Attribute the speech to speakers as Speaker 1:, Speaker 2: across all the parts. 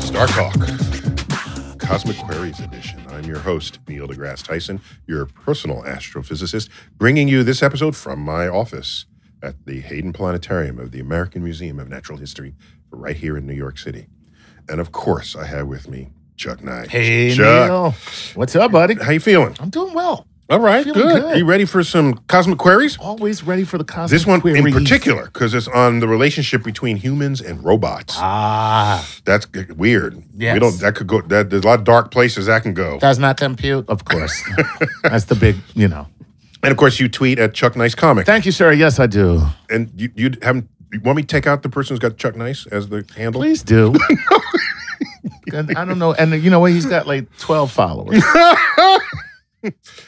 Speaker 1: Star Talk, Cosmic Queries Edition. I'm your host, Neil deGrasse Tyson, your personal astrophysicist, bringing you this episode from my office at the Hayden Planetarium of the American Museum of Natural History, right here in New York City. And of course, I have with me Chuck Knight.
Speaker 2: Hey,
Speaker 1: Chuck.
Speaker 2: Neil. What's up, buddy?
Speaker 1: How you feeling?
Speaker 2: I'm doing well.
Speaker 1: All right, good.
Speaker 2: Feeling good.
Speaker 1: You ready for some cosmic queries?
Speaker 2: Always ready for the cosmic
Speaker 1: This one in
Speaker 2: queries.
Speaker 1: particular, because it's on the relationship between humans and robots.
Speaker 2: Ah,
Speaker 1: That's g- weird. We
Speaker 2: Yes.
Speaker 1: don't. That could go. That there's a lot of dark places that can go.
Speaker 2: does not compute, of course. That's the big, you know.
Speaker 1: and of course, you tweet at Chuck Nice Comic.
Speaker 2: Thank you, sir. Yes, I do.
Speaker 1: and you, you haven't. You want me to take out the person who's got Chuck Nice as the handle?
Speaker 2: Please do. and I don't know. And you know what? He's got like 12 followers.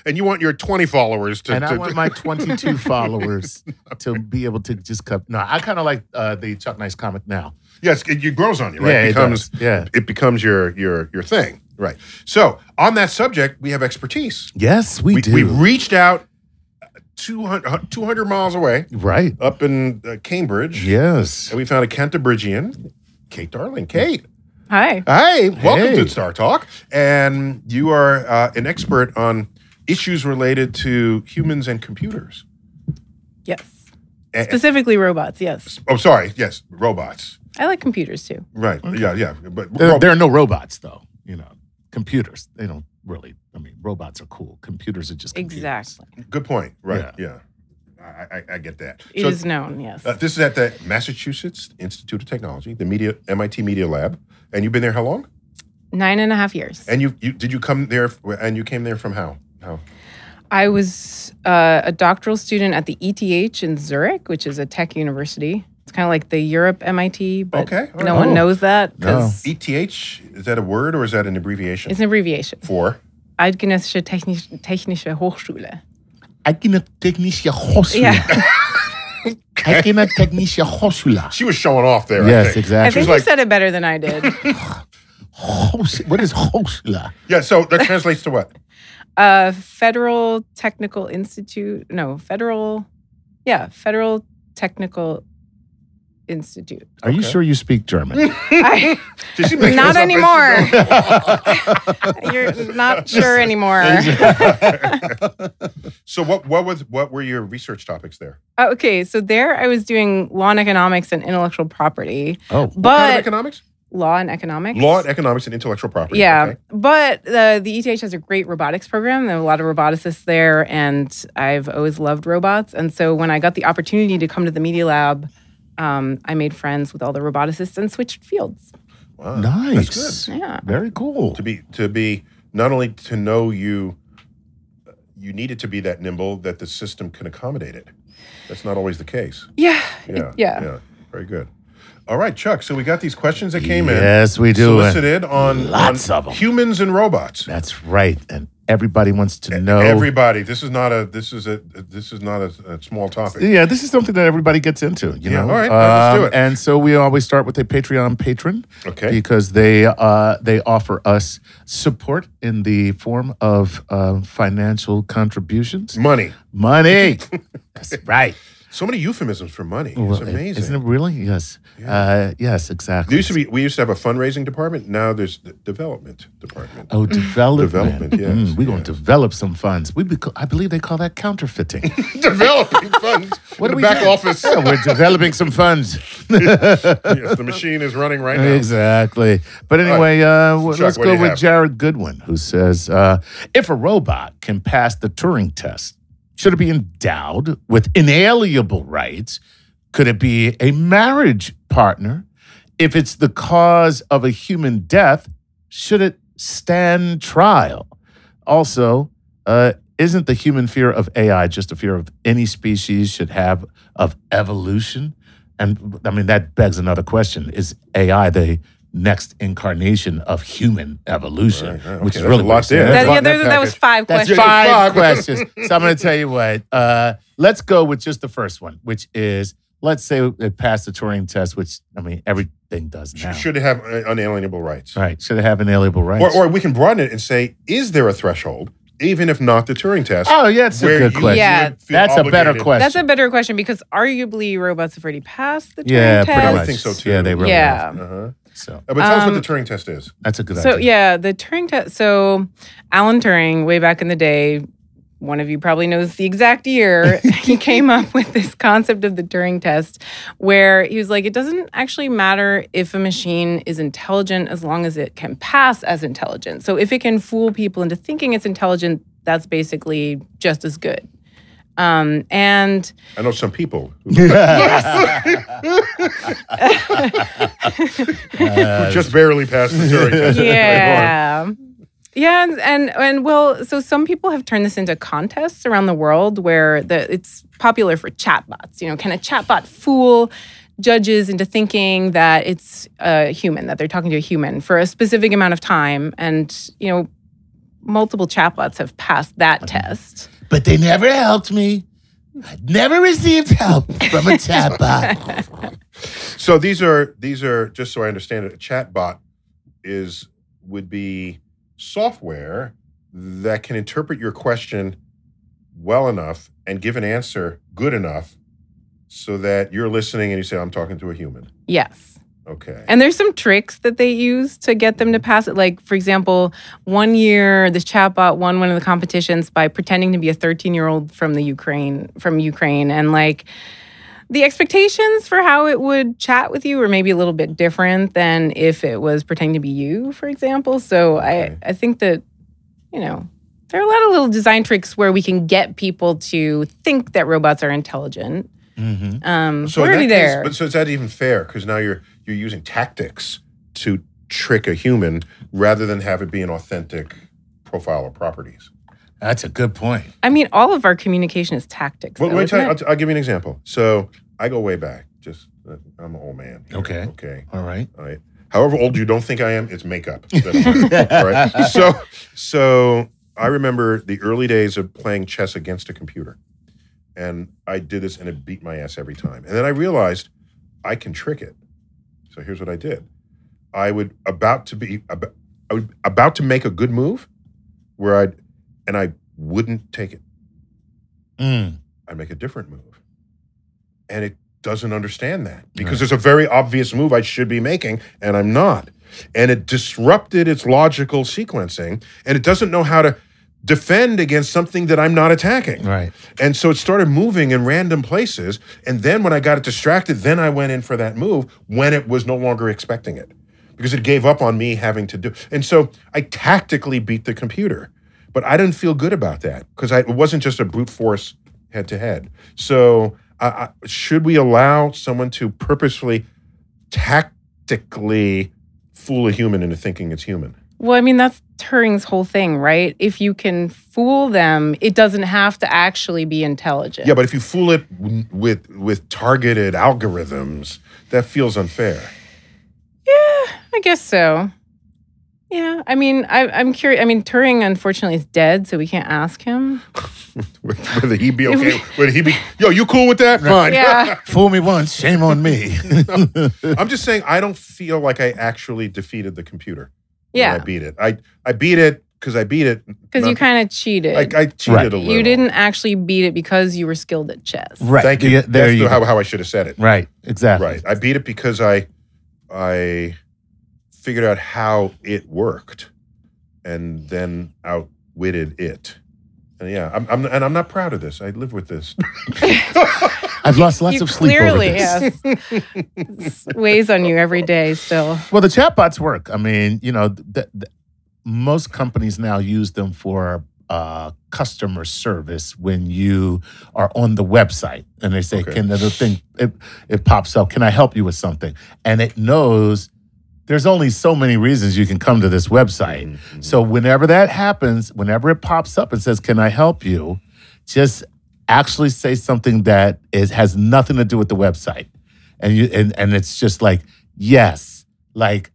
Speaker 1: And you want your 20 followers to.
Speaker 2: and I
Speaker 1: to-
Speaker 2: want my 22 followers to be able to just cut. No, I kind of like uh, the Chuck Nice comic now.
Speaker 1: yes, it, it grows on you, right?
Speaker 2: Yeah, it
Speaker 1: becomes
Speaker 2: does. Yeah.
Speaker 1: it becomes your your your thing, right? So on that subject, we have expertise.
Speaker 2: Yes, we,
Speaker 1: We,
Speaker 2: do.
Speaker 1: we reached out 200, 200 miles away.
Speaker 2: right.
Speaker 1: up in uh, Cambridge.
Speaker 2: Yes.
Speaker 1: And we found a Canterburygian, Kate Darling. Kate,
Speaker 3: Hi.
Speaker 1: hi, welcome
Speaker 2: Hey.
Speaker 1: to Star Talk. And you are uh, an expert on issues related to humans and computers.
Speaker 3: Yes.
Speaker 1: A-
Speaker 3: Specifically robots, yes.
Speaker 1: oh, sorry. Yes, robots.
Speaker 3: I like computers too.
Speaker 1: Right. Yeah, yeah. But
Speaker 2: There,
Speaker 1: rob-
Speaker 2: there are no robots, though. You know, computers. They don't really. I mean, robots are cool. Computers are just computers.
Speaker 1: good point. Right. Yeah. I, I, I get that.
Speaker 3: It is
Speaker 1: So,
Speaker 3: known, yes.
Speaker 1: uh, this is at the Massachusetts Institute of Technology, the media MIT Media Lab, and you've been there how long?
Speaker 3: Nine and a half years.
Speaker 1: And you, you did you come there? f- And you came there from how? How?
Speaker 3: I was uh, a doctoral student at the ETH in Zurich, which is a tech university. It's kind of like the Europe MIT, but
Speaker 1: Okay, all
Speaker 3: no
Speaker 1: right.
Speaker 3: one
Speaker 2: Oh.
Speaker 3: knows that
Speaker 2: No.
Speaker 3: because
Speaker 1: ETH E is that a word or is that an abbreviation?
Speaker 3: it's an abbreviation.
Speaker 1: for
Speaker 3: Eidgenössische Technisch Technische Hochschule.
Speaker 2: Eigentechnische Hochschule.
Speaker 3: Yeah.
Speaker 2: Eigentechnische Hochschule.
Speaker 1: she was showing off there. I
Speaker 2: Yes,
Speaker 1: think.
Speaker 3: I
Speaker 2: exactly.
Speaker 3: think
Speaker 1: like-
Speaker 3: you said it better than I did.
Speaker 2: Hochsch- What is Hochschule?
Speaker 1: Yeah. So that translates to what?
Speaker 3: uh, Federal Technical Institute. No, Federal. Yeah, Federal Technical Institute.
Speaker 2: Are you sure you speak German?
Speaker 3: I,
Speaker 1: Did she make
Speaker 3: not
Speaker 1: this up?
Speaker 3: anymore. You're not sure anymore.
Speaker 1: So what? What was? What were your research topics there?
Speaker 3: Uh, okay, so there I was doing law and economics and intellectual property,
Speaker 1: What
Speaker 2: Oh,
Speaker 1: kind of
Speaker 3: but
Speaker 1: economics,
Speaker 3: law and economics.
Speaker 1: law, and economics, and intellectual property.
Speaker 3: yeah,
Speaker 1: okay.
Speaker 3: but uh, the ETH has a great robotics program. There are a lot of roboticists there, and I've always loved robots. And so when I got the opportunity to come to the Media Lab, um, I made friends with all the roboticists and switched fields.
Speaker 1: Wow,
Speaker 2: nice.
Speaker 1: That's good.
Speaker 3: Yeah.
Speaker 2: Very cool.
Speaker 1: To be to be not only to know you, you needed to be that nimble that the system can accommodate it. That's not always the case.
Speaker 3: Yeah.
Speaker 1: Yeah.
Speaker 3: Yeah.
Speaker 1: Yeah. Very good. All right, Chuck. So we got these questions that came in.
Speaker 2: Yes, we do.
Speaker 1: solicited on,
Speaker 2: Lots
Speaker 1: on
Speaker 2: of 'em.
Speaker 1: humans and robots.
Speaker 2: That's right. And Everybody wants
Speaker 1: E-,
Speaker 2: to know.
Speaker 1: Everybody, this is not a this is a this is not a, a small topic.
Speaker 2: Yeah, this is something that everybody gets into, you
Speaker 1: Yeah,
Speaker 2: know.
Speaker 1: all right, let's do
Speaker 2: Um,
Speaker 1: it.
Speaker 2: And so we always start with a Patreon patron
Speaker 1: Okay.
Speaker 2: because they uh, they offer us support in the form of um, financial contributions,
Speaker 1: Money.
Speaker 2: money. That's right.
Speaker 1: So many euphemisms for money.
Speaker 2: Well,
Speaker 1: It's amazing.
Speaker 2: Isn't it really? Yes. Uh, yes, exactly.
Speaker 1: There used to be we used to have a fundraising department. Now there's the development department.
Speaker 2: Oh, development.
Speaker 1: Development, yes,
Speaker 2: we're going
Speaker 1: yeah.
Speaker 2: to develop some funds. We be, I believe they call that counterfeiting.
Speaker 1: Developing funds.
Speaker 2: What
Speaker 1: in
Speaker 2: do
Speaker 1: the
Speaker 2: we
Speaker 1: back
Speaker 2: do?
Speaker 1: office.
Speaker 2: Yeah, we're developing some funds.
Speaker 1: yes, the machine is running right now.
Speaker 2: Exactly. But anyway, uh, w-
Speaker 1: Chuck,
Speaker 2: let's
Speaker 1: what do
Speaker 2: go
Speaker 1: you
Speaker 2: with
Speaker 1: have?
Speaker 2: Jared Goodwin, who says uh, If a robot can pass the Turing test, should it be endowed with inalienable rights? Could it be a marriage partner? If it's the cause of a human death, should it stand trial? Also, uh, isn't the human fear of AI just a fear of any species should have of evolution? And I mean, that begs another question Is AI the next incarnation of human evolution?
Speaker 1: Right, right.
Speaker 2: Which
Speaker 1: Okay,
Speaker 2: is
Speaker 1: that's
Speaker 2: really
Speaker 1: a
Speaker 2: what
Speaker 1: lot
Speaker 2: we're saying.
Speaker 1: there.
Speaker 3: That,
Speaker 1: That's
Speaker 3: yeah,
Speaker 1: one-
Speaker 3: there,
Speaker 1: that
Speaker 3: that was
Speaker 1: package.
Speaker 3: five
Speaker 2: That's
Speaker 3: questions.
Speaker 2: five,
Speaker 1: Five.
Speaker 2: questions. So I'm going to tell you what. Uh, let's go with just the first one, which is let's say it passed the Turing test, which I mean everything does now.
Speaker 1: Should it have uh, unalienable rights?
Speaker 2: Right? Should it have inalienable rights?
Speaker 1: Or, or we can broaden it and say, is there a threshold, even if not the Turing test?
Speaker 2: oh, yeah, that's a
Speaker 1: where
Speaker 2: good
Speaker 1: you
Speaker 2: question.
Speaker 3: Yeah.
Speaker 1: would feel
Speaker 2: That's a better
Speaker 1: obligated-
Speaker 2: question.
Speaker 3: That's a better question because arguably robots have already passed the Turing
Speaker 2: yeah,
Speaker 3: test.
Speaker 2: pretty
Speaker 1: I
Speaker 2: much.
Speaker 1: think so, too.
Speaker 2: Yeah, they really
Speaker 3: Yeah.
Speaker 2: have.
Speaker 1: Uh-huh.
Speaker 2: So
Speaker 1: Uh, But tell us what
Speaker 3: Um,
Speaker 1: the Turing test is.
Speaker 2: that's a good
Speaker 3: So
Speaker 2: idea.
Speaker 3: yeah, the Turing test. So Alan Turing, way back in the day, one of you probably knows the exact year he came up with this concept of the Turing test, where he was like, it doesn't actually matter if a machine is intelligent as long as it can pass as intelligent. So if it can fool people into thinking it's intelligent, that's basically just as good. Um, and
Speaker 1: I know some people who
Speaker 2: Uh,
Speaker 1: just barely passed the Turing test.
Speaker 3: yeah. Yeah, and, and and well, so some people have turned this into contests around the world where the it's popular for chatbots. You know, can a chatbot fool judges into thinking that it's a human, that they're talking to a human for a specific amount of time? And you know, multiple chatbots have passed that test.
Speaker 2: but they never helped me. I never received help from a chatbot.
Speaker 1: So these are these are just so I understand it. A chatbot is would be software that can interpret your question well enough and give an answer good enough so that you're listening and you say, "I'm talking to a human."
Speaker 3: Yes.
Speaker 1: Okay.
Speaker 3: And there's some tricks that they use to get them to pass it. Like, for example, one year this chatbot won one of the competitions by pretending to be a 13 year old from the Ukraine, from Ukraine, and like the expectations for how it would chat with you were maybe a little bit different than if it was pretending to be you, for example. So
Speaker 1: Okay.
Speaker 3: I, I think that you know there are a lot of little design tricks where we can get people to think that robots are intelligent.
Speaker 2: Mhm.
Speaker 3: Um,
Speaker 1: so
Speaker 3: we're
Speaker 1: in that
Speaker 3: already
Speaker 1: case-
Speaker 3: there.
Speaker 1: but so is that even fair? Because now you're you're using tactics to trick a human rather than have it be an authentic profile of properties.
Speaker 2: That's a good point.
Speaker 3: I mean, all of our communication is tactics.
Speaker 1: Well,
Speaker 3: though,
Speaker 1: let me
Speaker 3: isn't
Speaker 1: tell you,
Speaker 3: it?
Speaker 1: I'll, t- I'll give you an example. So I go way back. Just uh, I'm an old man. here.
Speaker 2: Okay.
Speaker 1: Okay.
Speaker 2: All right.
Speaker 1: All right. However old you don't think I am, it's makeup. that I'm wearing. All right. So, so I remember the early days of playing chess against a computer, and I did this, and it beat my ass every time. And then I realized I can trick it. So here's what I did: I would about to be ab- I would about to make a good move, where I would and I wouldn't take it.
Speaker 2: Mm.
Speaker 1: I make a different move. And it doesn't understand that because it's a very obvious move I should be making and I'm not. And it disrupted its logical sequencing and it doesn't know how to defend against something that I'm not attacking.
Speaker 2: Right.
Speaker 1: And so it started moving in random places. And then when I got it distracted, then I went in for that move when it was no longer expecting it because it gave up on me having to do. And so I tactically beat the computer, but I didn't feel good about that because it wasn't just a brute force head to head. So I, I, should we allow someone to purposefully tactically fool a human into thinking it's human?
Speaker 3: Well, I mean, that's Turing's whole thing, right? If you can fool them, it doesn't have to actually be intelligent.
Speaker 1: Yeah, but if you fool it w- with with targeted algorithms, that feels unfair.
Speaker 3: I guess so. Yeah, I mean, I, I'm curious. I mean, Turing unfortunately is dead, so we can't ask him.
Speaker 1: Whether he be okay, whether he be, yo, you cool with that? Fine.
Speaker 3: Yeah,
Speaker 2: Fool me once, shame on me.
Speaker 1: I'm just saying, I don't feel like I actually defeated the computer. when I
Speaker 3: yeah,
Speaker 1: beat it. I I beat it because I beat it.
Speaker 3: because you kind of cheated.
Speaker 1: I, I cheated
Speaker 2: Right.
Speaker 1: a little.
Speaker 3: you didn't actually beat it because you were skilled at chess.
Speaker 2: right.
Speaker 1: Thank you.
Speaker 2: Yeah, There
Speaker 1: That's
Speaker 2: you
Speaker 1: how,
Speaker 2: go.
Speaker 1: how I should have said it.
Speaker 2: Right. Exactly.
Speaker 1: Right. I beat it because I I figured out how it worked, and then outwitted it. And yeah, I'm, I'm and I'm not proud of this. I live with this.
Speaker 2: I've lost lots
Speaker 3: you
Speaker 2: of sleep over
Speaker 3: clearly
Speaker 2: this.
Speaker 3: yes, It's weighs on you every day still.
Speaker 2: Well, the chatbots work. I mean, you know, th- th- most companies now use them for uh, customer service when you are on the website and they say,
Speaker 1: Okay.
Speaker 2: "Can the thing?" It, it pops up. Can I help you with something? And it knows there's only so many reasons you can come to this website. So whenever that happens, whenever it pops up and says, "Can I help you?" just actually say something that is has nothing to do with the website. And you and, and it's just like, "Yes, like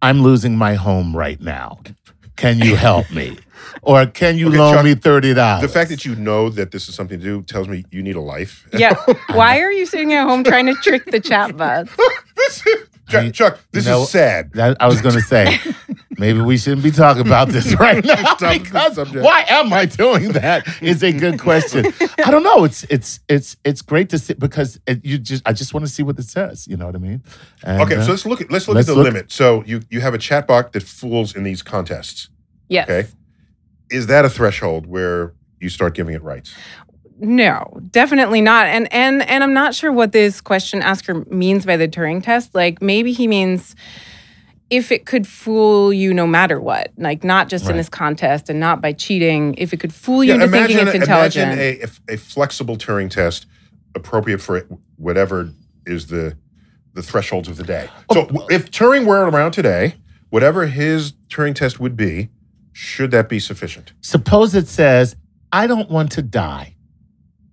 Speaker 2: I'm losing my home right now. Can you help me?" Or can you
Speaker 1: Okay,
Speaker 2: loan
Speaker 1: Chuck,
Speaker 2: me thirty dollars?
Speaker 1: the fact that you know that this is something to do tells me you need a life.
Speaker 3: Yeah, why are you sitting at home trying to trick the chatbots?
Speaker 1: this is,
Speaker 2: You-
Speaker 1: Chuck, Chuck, this
Speaker 2: know-
Speaker 1: is sad.
Speaker 2: that I was going to say, maybe we shouldn't be talking about this right now
Speaker 1: Stop the
Speaker 2: because
Speaker 1: subject.
Speaker 2: why am I doing that? Is a good question. I don't know. It's it's it's it's great to see because it, you just I just want to see what it says. You know what I mean? And,
Speaker 1: Okay,
Speaker 2: uh,
Speaker 1: so let's look at let's look
Speaker 2: let's
Speaker 1: at the
Speaker 2: look-
Speaker 1: limit. So you you have a chatbot that fools in these contests.
Speaker 3: Yes.
Speaker 1: Okay. Is that a threshold where you start giving it rights?
Speaker 3: No, definitely not. And and and I'm not sure what this question asker means by the Turing test. Like maybe he means if it could fool you no matter what, like not just in
Speaker 2: Right.
Speaker 3: this contest and not by cheating, if it could fool you into thinking it's intelligent.
Speaker 1: imagine a, if- a flexible Turing test appropriate for it- whatever is the the thresholds of the day.
Speaker 3: Oh,
Speaker 1: So if Turing were around today, whatever his Turing test would be, should that be sufficient?
Speaker 2: Suppose it says, "I don't want to die."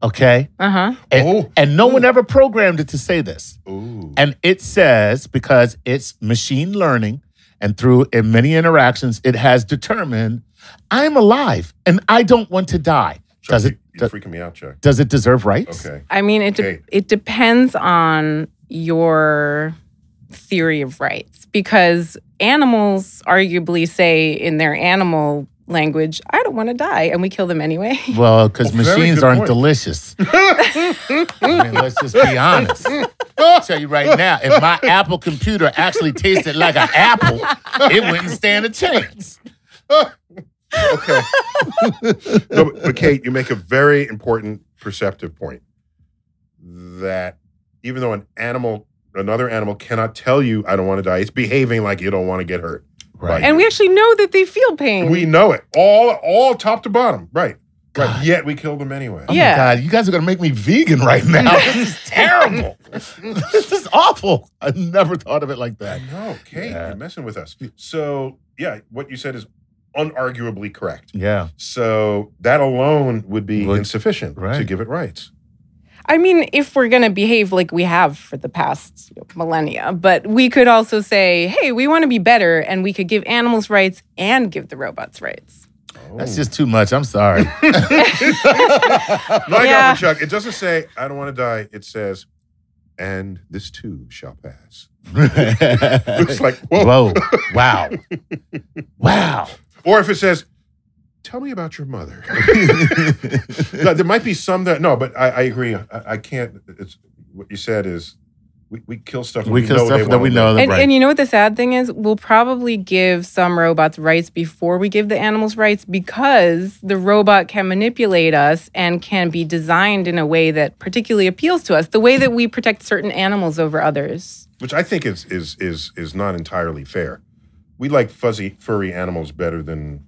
Speaker 2: Okay,
Speaker 3: uh-huh.
Speaker 2: and,
Speaker 1: Oh.
Speaker 2: and no one ever programmed it to say this.
Speaker 1: Ooh.
Speaker 2: And it says because it's machine learning and through in many interactions, it has determined I'm alive and I don't want to die.
Speaker 1: Chuck,
Speaker 2: Does it
Speaker 1: You're
Speaker 2: do-
Speaker 1: freaking me out, Chuck.
Speaker 2: does it deserve rights?
Speaker 1: Okay.
Speaker 3: I mean it de-
Speaker 1: Okay.
Speaker 3: it depends on your theory of rights because animals arguably say in their animal language, I don't want to die and we kill them anyway.
Speaker 2: Well, because
Speaker 1: Well, Oh, very
Speaker 2: machines
Speaker 1: good
Speaker 2: aren't
Speaker 1: point.
Speaker 2: delicious. I mean, let's just be honest. I'll tell you right now, if my Apple computer actually tasted like an apple, it wouldn't stand a chance.
Speaker 1: Okay. no, but, but Kate, you make a very important perceptive point that even though an animal, another animal cannot tell you, I don't want to die, it's behaving like you don't want to get hurt. Right.
Speaker 3: And we actually know that they feel pain.
Speaker 1: We know it all, all top to bottom. Right. Right.
Speaker 2: God.
Speaker 1: Yet we kill them anyway.
Speaker 2: Oh
Speaker 3: Yeah. Oh.
Speaker 2: my God, you guys are gonna make me vegan right now. this is terrible. this is awful. I never thought of it like that.
Speaker 1: No, Kate,
Speaker 2: Yeah.
Speaker 1: you're messing with us. So, yeah, what you said is unarguably correct.
Speaker 2: Yeah.
Speaker 1: So, that alone would be
Speaker 2: Would-
Speaker 1: insufficient to
Speaker 2: right.
Speaker 1: give it rights.
Speaker 3: I mean, if we're going to behave like we have for the past you know, millennia, but we could also say, hey, we want to be better and we could give animals rights and give the robots rights.
Speaker 2: That's
Speaker 1: Oh.
Speaker 2: just too much. I'm sorry.
Speaker 1: No, I got
Speaker 3: Yeah.
Speaker 1: one, Chuck. It doesn't say "I don't want to die." It says, "And this too shall pass." It's like, whoa.
Speaker 2: Whoa. Wow. Wow.
Speaker 1: Or if it says, "Tell me about your mother," No, there might be some that no, but I, I agree. I, I can't. It's what you said is we, we kill stuff. when
Speaker 2: we kill
Speaker 1: know they
Speaker 2: stuff that
Speaker 1: wanna
Speaker 2: we
Speaker 1: live.
Speaker 2: know that
Speaker 3: And,
Speaker 2: right.
Speaker 3: and you know what the sad thing is? We'll probably give some robots rights before we give the animals rights because the robot can manipulate us and can be designed in a way that particularly appeals to us, the way that we protect certain animals over others.
Speaker 1: which I think is is is is not entirely fair. We like fuzzy furry animals better than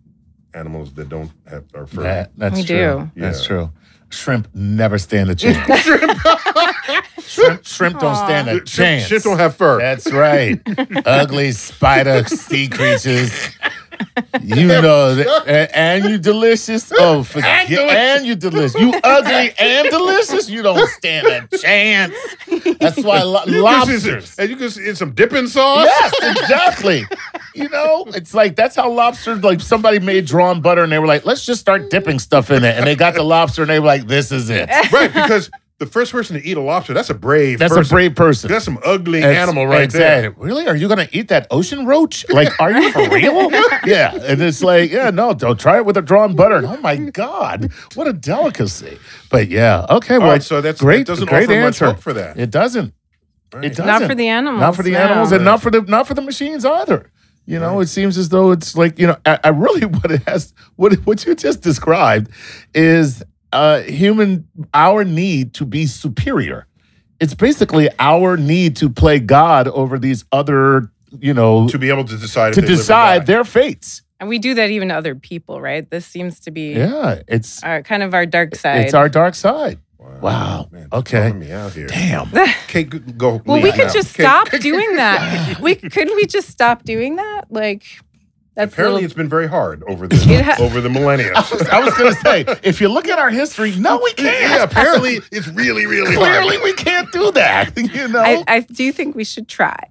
Speaker 1: animals that don't have are furry.
Speaker 2: That- that's
Speaker 3: We
Speaker 2: true.
Speaker 3: do.
Speaker 2: That's
Speaker 1: Yeah.
Speaker 2: true. Shrimp never stand a chance. shrimp, shrimp don't stand a
Speaker 1: Shit-
Speaker 2: chance.
Speaker 1: Shit don't have fur.
Speaker 2: That's right. Ugly spider sea creatures. You know, that, and, and you delicious. Oh, forget, and,
Speaker 1: delicious.
Speaker 2: you delicious. You ugly and delicious. You don't stand a chance. That's why lo- lobsters.
Speaker 1: And you can in some dipping sauce.
Speaker 2: Yes, exactly. You know, it's like that's how lobsters. Like somebody made drawn butter, and they were like, "Let's just start dipping stuff in it," and they got the lobster, and they were like, "This is it."
Speaker 1: Right, because the first person to eat a lobster, that's a brave
Speaker 2: That's
Speaker 1: person.
Speaker 2: a brave person.
Speaker 1: That's some ugly
Speaker 2: That's-
Speaker 1: animal right
Speaker 2: exactly. Really? Are you going to eat that ocean roach? Like, are you for real? yeah. And it's like, yeah, no, don't try it with a drawn butter. And, Oh my God, what a delicacy. But yeah, okay.
Speaker 1: there.
Speaker 2: Well,
Speaker 1: All right, so that's
Speaker 2: great.
Speaker 1: That doesn't
Speaker 2: great
Speaker 1: offer
Speaker 2: answer.
Speaker 1: much hope for that.
Speaker 2: It doesn't.
Speaker 1: Right.
Speaker 2: It doesn't.
Speaker 3: Not for the animals.
Speaker 2: Not for the
Speaker 3: no.
Speaker 2: animals, and not for the not for the machines either. You know, it seems as though it's like you know. I, I really what it has what what you just described is uh human our need to be superior. It's basically our need to play God over these other you know
Speaker 1: to
Speaker 2: to,
Speaker 1: be able to decide if they live or
Speaker 2: decide
Speaker 1: die.
Speaker 2: their fates.
Speaker 3: And we do that even to other people, right? This seems to be
Speaker 2: Yeah, it's
Speaker 3: our, kind of our dark side.
Speaker 2: it's our dark side. Wow.
Speaker 1: Oh, Man,
Speaker 2: Okay.
Speaker 1: throwing Me out here.
Speaker 2: Damn.
Speaker 1: Okay, go- go.
Speaker 3: well, we
Speaker 1: leave
Speaker 3: could
Speaker 1: now.
Speaker 3: just
Speaker 1: Okay.
Speaker 3: stop doing that. we couldn't we just stop doing that? Like that's a
Speaker 1: Apparently,
Speaker 3: little-
Speaker 1: it's been very hard over the
Speaker 3: It ha-
Speaker 1: over the millennia.
Speaker 2: I was gonna say, if you look at our history, no, we can't.
Speaker 1: yeah, apparently it's really, really
Speaker 2: Clearly,
Speaker 1: hard.
Speaker 2: we can't do that. You know.
Speaker 3: I, I do think we should try.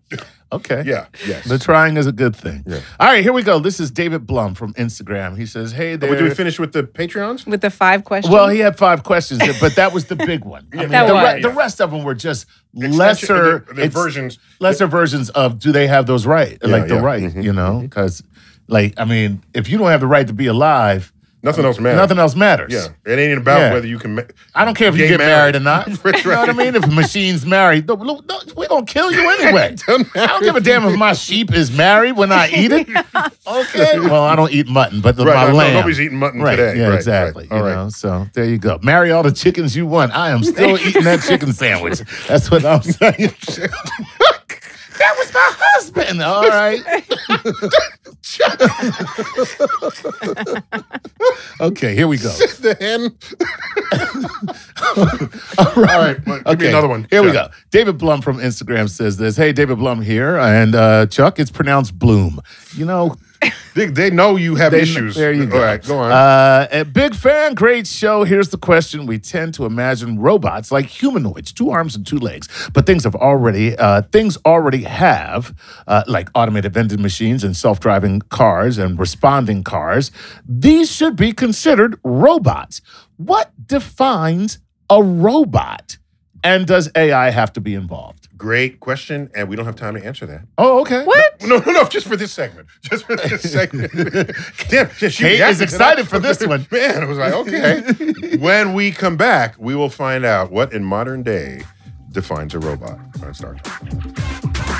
Speaker 2: okay.
Speaker 1: Yeah. Yes.
Speaker 2: The trying is a good thing.
Speaker 1: Yeah.
Speaker 2: All right, here we go. This is David Blum from Instagram. He says, "Hey there."
Speaker 1: Well, do we finish with the Patreons?
Speaker 3: With the five questions.
Speaker 2: well, he had five questions, but that was the big one. I
Speaker 3: That
Speaker 2: the,
Speaker 3: was.
Speaker 2: the rest of them were just
Speaker 1: Extension-
Speaker 2: lesser
Speaker 1: the- the
Speaker 2: ex-
Speaker 1: versions.
Speaker 2: lesser versions of do they have those right? like the
Speaker 1: yeah.
Speaker 2: right, you know? Because, like, I mean, if you don't have the right to be alive,
Speaker 1: Nothing else matters.
Speaker 2: nothing else matters.
Speaker 1: Yeah, it ain't about
Speaker 2: Yeah.
Speaker 1: whether you can. Ma-
Speaker 2: I don't care if you
Speaker 1: Gay
Speaker 2: get married,
Speaker 1: married.
Speaker 2: or not.
Speaker 1: Right,
Speaker 2: You know what I
Speaker 1: right.
Speaker 2: mean? If a machine's married, no, no, no, we gonna kill you anyway. I don't give a damn if my sheep is married when I eat it. Okay. Well, I don't eat mutton, but
Speaker 1: Right,
Speaker 2: my
Speaker 1: no, no,
Speaker 2: lamb.
Speaker 1: nobody's eating mutton
Speaker 2: right,
Speaker 1: today.
Speaker 2: Yeah,
Speaker 1: Right,
Speaker 2: exactly.
Speaker 1: right. All
Speaker 2: you
Speaker 1: right.
Speaker 2: know, so there you go. Marry all the chickens you want. I am still eating that chicken sandwich. That's what I'm saying. that was my husband. All right. okay, here we go.
Speaker 1: the hen.
Speaker 2: All right.
Speaker 1: All right, well, give me another one.
Speaker 2: Here we
Speaker 1: Chuck.
Speaker 2: go. David Blum from Instagram says this. Hey, David Blum here. And uh, Chuck, it's pronounced Bloom. You know,
Speaker 1: They, they know you have
Speaker 2: they-
Speaker 1: issues.
Speaker 2: There you go.
Speaker 1: All right, go on.
Speaker 2: Uh, a big fan, great show. Here's the question: We tend to imagine robots like humanoids, two arms and two legs, but things have already uh, things already have uh, like automated vending machines and self-driving cars and responding cars. These should be considered robots. What defines a robot? And does AI have to be involved?
Speaker 1: Great question, and we don't have time to answer that.
Speaker 2: Oh, okay.
Speaker 3: what?
Speaker 1: No, no, no, just for this segment. Just for this segment. Damn, yeah, she
Speaker 2: Kate is
Speaker 1: reacted to
Speaker 2: excited
Speaker 1: that.
Speaker 2: for this one.
Speaker 1: Man, I was like, okay. when we come back, we will find out what in modern day defines a robot on Star Trek.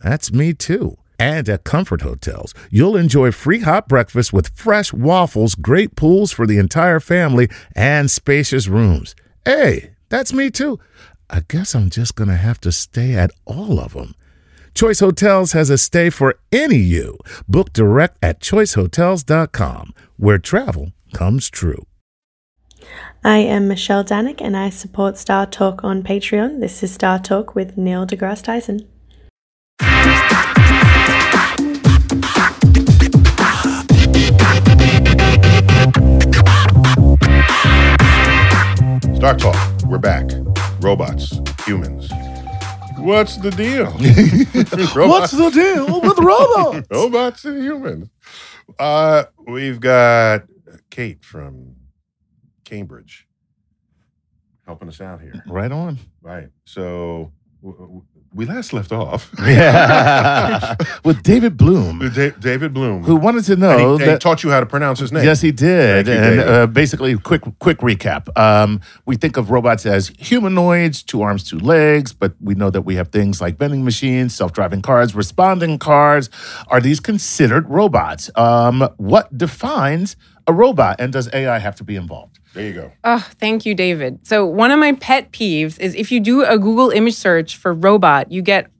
Speaker 4: That's me too. And at Comfort Hotels, you'll enjoy free hot breakfast with fresh waffles, great pools for the entire family, and spacious rooms. Hey, that's me too. I guess I'm just going to have to stay at all of them. Choice Hotels has a stay for any you. Book direct at choicehotels.com, where travel comes true.
Speaker 5: I am Michelle Danick and I support Star Talk on Patreon. This is Star Talk with Neil deGrasse Tyson.
Speaker 1: Star Talk, we're back. Robots, humans. What's the deal?
Speaker 2: What's the deal with robots?
Speaker 1: Robots and humans. Uh, we've got Kate from Cambridge helping us out here.
Speaker 2: right on.
Speaker 1: Right. So w- w- we last left off.
Speaker 2: with David Bloom,
Speaker 1: Da- David Bloom.
Speaker 2: who wanted to
Speaker 1: and he,
Speaker 2: know
Speaker 1: and he
Speaker 2: that.
Speaker 1: taught you how to pronounce his name.
Speaker 2: Yes, he did.
Speaker 1: Thank you,
Speaker 2: and
Speaker 1: David.
Speaker 2: uh, basically, quick quick recap. Um, we think of robots as humanoids, two arms, two legs, but we know that we have things like vending machines, self driving cars, responding cars. Are these considered robots? Um, what defines a robot, and does AI have to be involved?
Speaker 1: There you go.
Speaker 3: Oh, thank you, David. So, one of my pet peeves is if you do a Google image search for robot, you get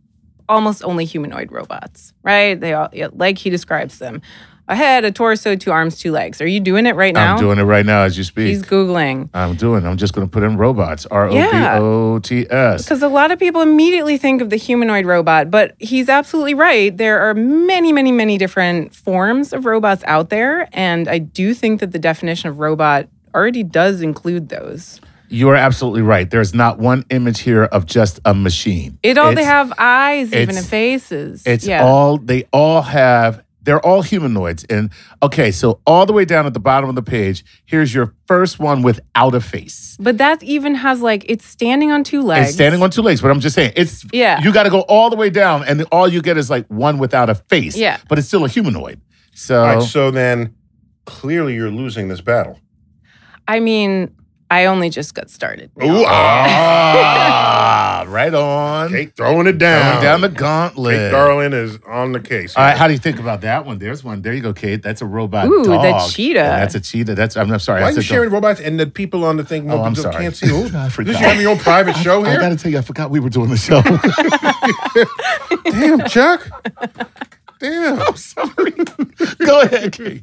Speaker 3: almost only humanoid robots, right? They all, yeah, like he describes them a head, a torso, two arms, two legs. Are you doing it right now?
Speaker 2: I'm doing it right now as you speak.
Speaker 3: He's Googling.
Speaker 2: I'm doing. I'm just going to put in robots. R O B O T S.
Speaker 3: Because a lot of people immediately think of the humanoid robot, but he's absolutely right. There are many, many, many different forms of robots out there. And I do think that the definition of robot already does include those.
Speaker 2: You are absolutely right. There's not one image here of just a machine.
Speaker 3: It all they
Speaker 2: It's-
Speaker 3: have eyes, even
Speaker 2: it's-
Speaker 3: and faces.
Speaker 2: It's
Speaker 3: yeah.
Speaker 2: all they all have. They're all humanoids. And okay, so all the way down at the bottom of the page, here's your first one without a face.
Speaker 3: but that even has like it's standing on two legs.
Speaker 2: It's standing on two legs, but I'm just saying it's
Speaker 3: Yeah.
Speaker 2: You got to go all the way down, and all you get is like one without a face.
Speaker 3: Yeah.
Speaker 2: but it's still a humanoid. So
Speaker 1: All right. So then clearly you're losing this battle.
Speaker 3: I mean, I only just got started.
Speaker 1: Ooh,
Speaker 2: Oh. ah, right on.
Speaker 1: Kate throwing it
Speaker 2: Going
Speaker 1: down.
Speaker 2: down the
Speaker 1: Kate
Speaker 2: gauntlet.
Speaker 1: Garland is on the case.
Speaker 2: All right, how do you think about that one? There's one. There you go, Kate. That's a robot
Speaker 3: Ooh, the
Speaker 2: dog.
Speaker 3: cheetah.
Speaker 2: And that's a cheetah. That's I'm, I'm sorry.
Speaker 1: Why are
Speaker 2: I
Speaker 1: you
Speaker 2: said
Speaker 1: sharing robots and the people on the thing
Speaker 2: Oh, I'm
Speaker 1: don't-
Speaker 2: sorry.
Speaker 1: can't see who?
Speaker 2: I
Speaker 1: Did you
Speaker 2: forgot.
Speaker 1: have your own private show
Speaker 2: dog. I
Speaker 1: here?
Speaker 2: gotta tell you, I forgot we were doing the show.
Speaker 1: Damn, Chuck. Damn. I'm sorry.
Speaker 2: go ahead, Kate.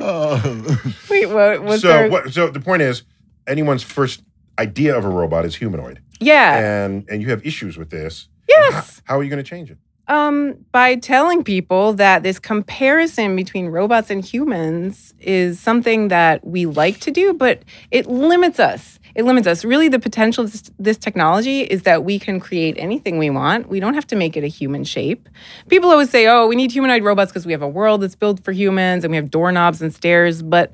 Speaker 1: Um,
Speaker 2: Oh.
Speaker 3: Wait, what was
Speaker 1: so,
Speaker 3: there?
Speaker 1: what, so the point is, anyone's first idea of a robot is humanoid,
Speaker 3: yeah.
Speaker 1: and and you have issues with this.
Speaker 3: Uh. Yes.
Speaker 1: How are you going to change it?
Speaker 3: Um, by telling people that this comparison between robots and humans is something that we like to do, but it limits us. It limits us. Really, the potential of this, this technology is that we can create anything we want. We don't have to make it a human shape. People always say, oh, we need humanoid robots because we have a world that's built for humans and we have doorknobs and stairs. But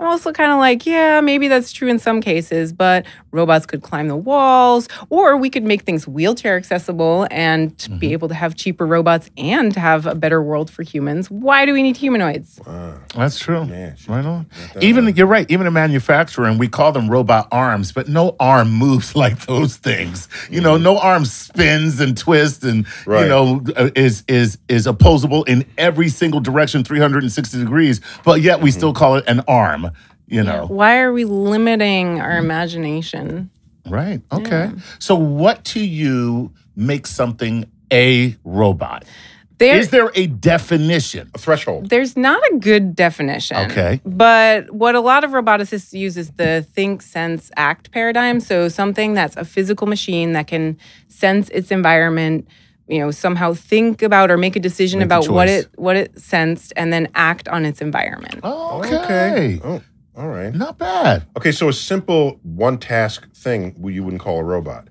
Speaker 3: I'm also kind of like, yeah, maybe that's true in some cases, but robots could climb the walls, or we could make things wheelchair accessible and t- be able to have cheaper robots and to have a better world for humans. Why do we need humanoids?
Speaker 1: Wow.
Speaker 2: That's true.
Speaker 1: Yeah, she-
Speaker 2: right on.
Speaker 1: that uh,
Speaker 2: Even
Speaker 1: one.
Speaker 2: you're right. Even in manufacturing, we call them robot arms, but no arm moves like those things. You know, no arm spins and twists, and you
Speaker 1: Mm-hmm. Right.
Speaker 2: know uh, is is is opposable in every single direction, 360 degrees. But yet we
Speaker 1: Mm-hmm.
Speaker 2: still call it an arm. You know,
Speaker 3: Why are we limiting our imagination?
Speaker 2: right? Okay. So, what to you makes something a robot?
Speaker 3: There,
Speaker 2: Is there a definition?
Speaker 1: A threshold.
Speaker 3: there's not a good definition.
Speaker 2: Okay.
Speaker 3: But what a lot of roboticists use is the think, sense, act paradigm. So something that's a physical machine that can sense its environment, you know, somehow think about or make a decision
Speaker 2: Make a
Speaker 3: about what
Speaker 2: choice.
Speaker 3: it what it sensed and then act on its environment.
Speaker 2: Okay.
Speaker 1: Oh, all right.
Speaker 2: Not bad.
Speaker 1: Okay, so a simple one task thing we- you wouldn't call a robot.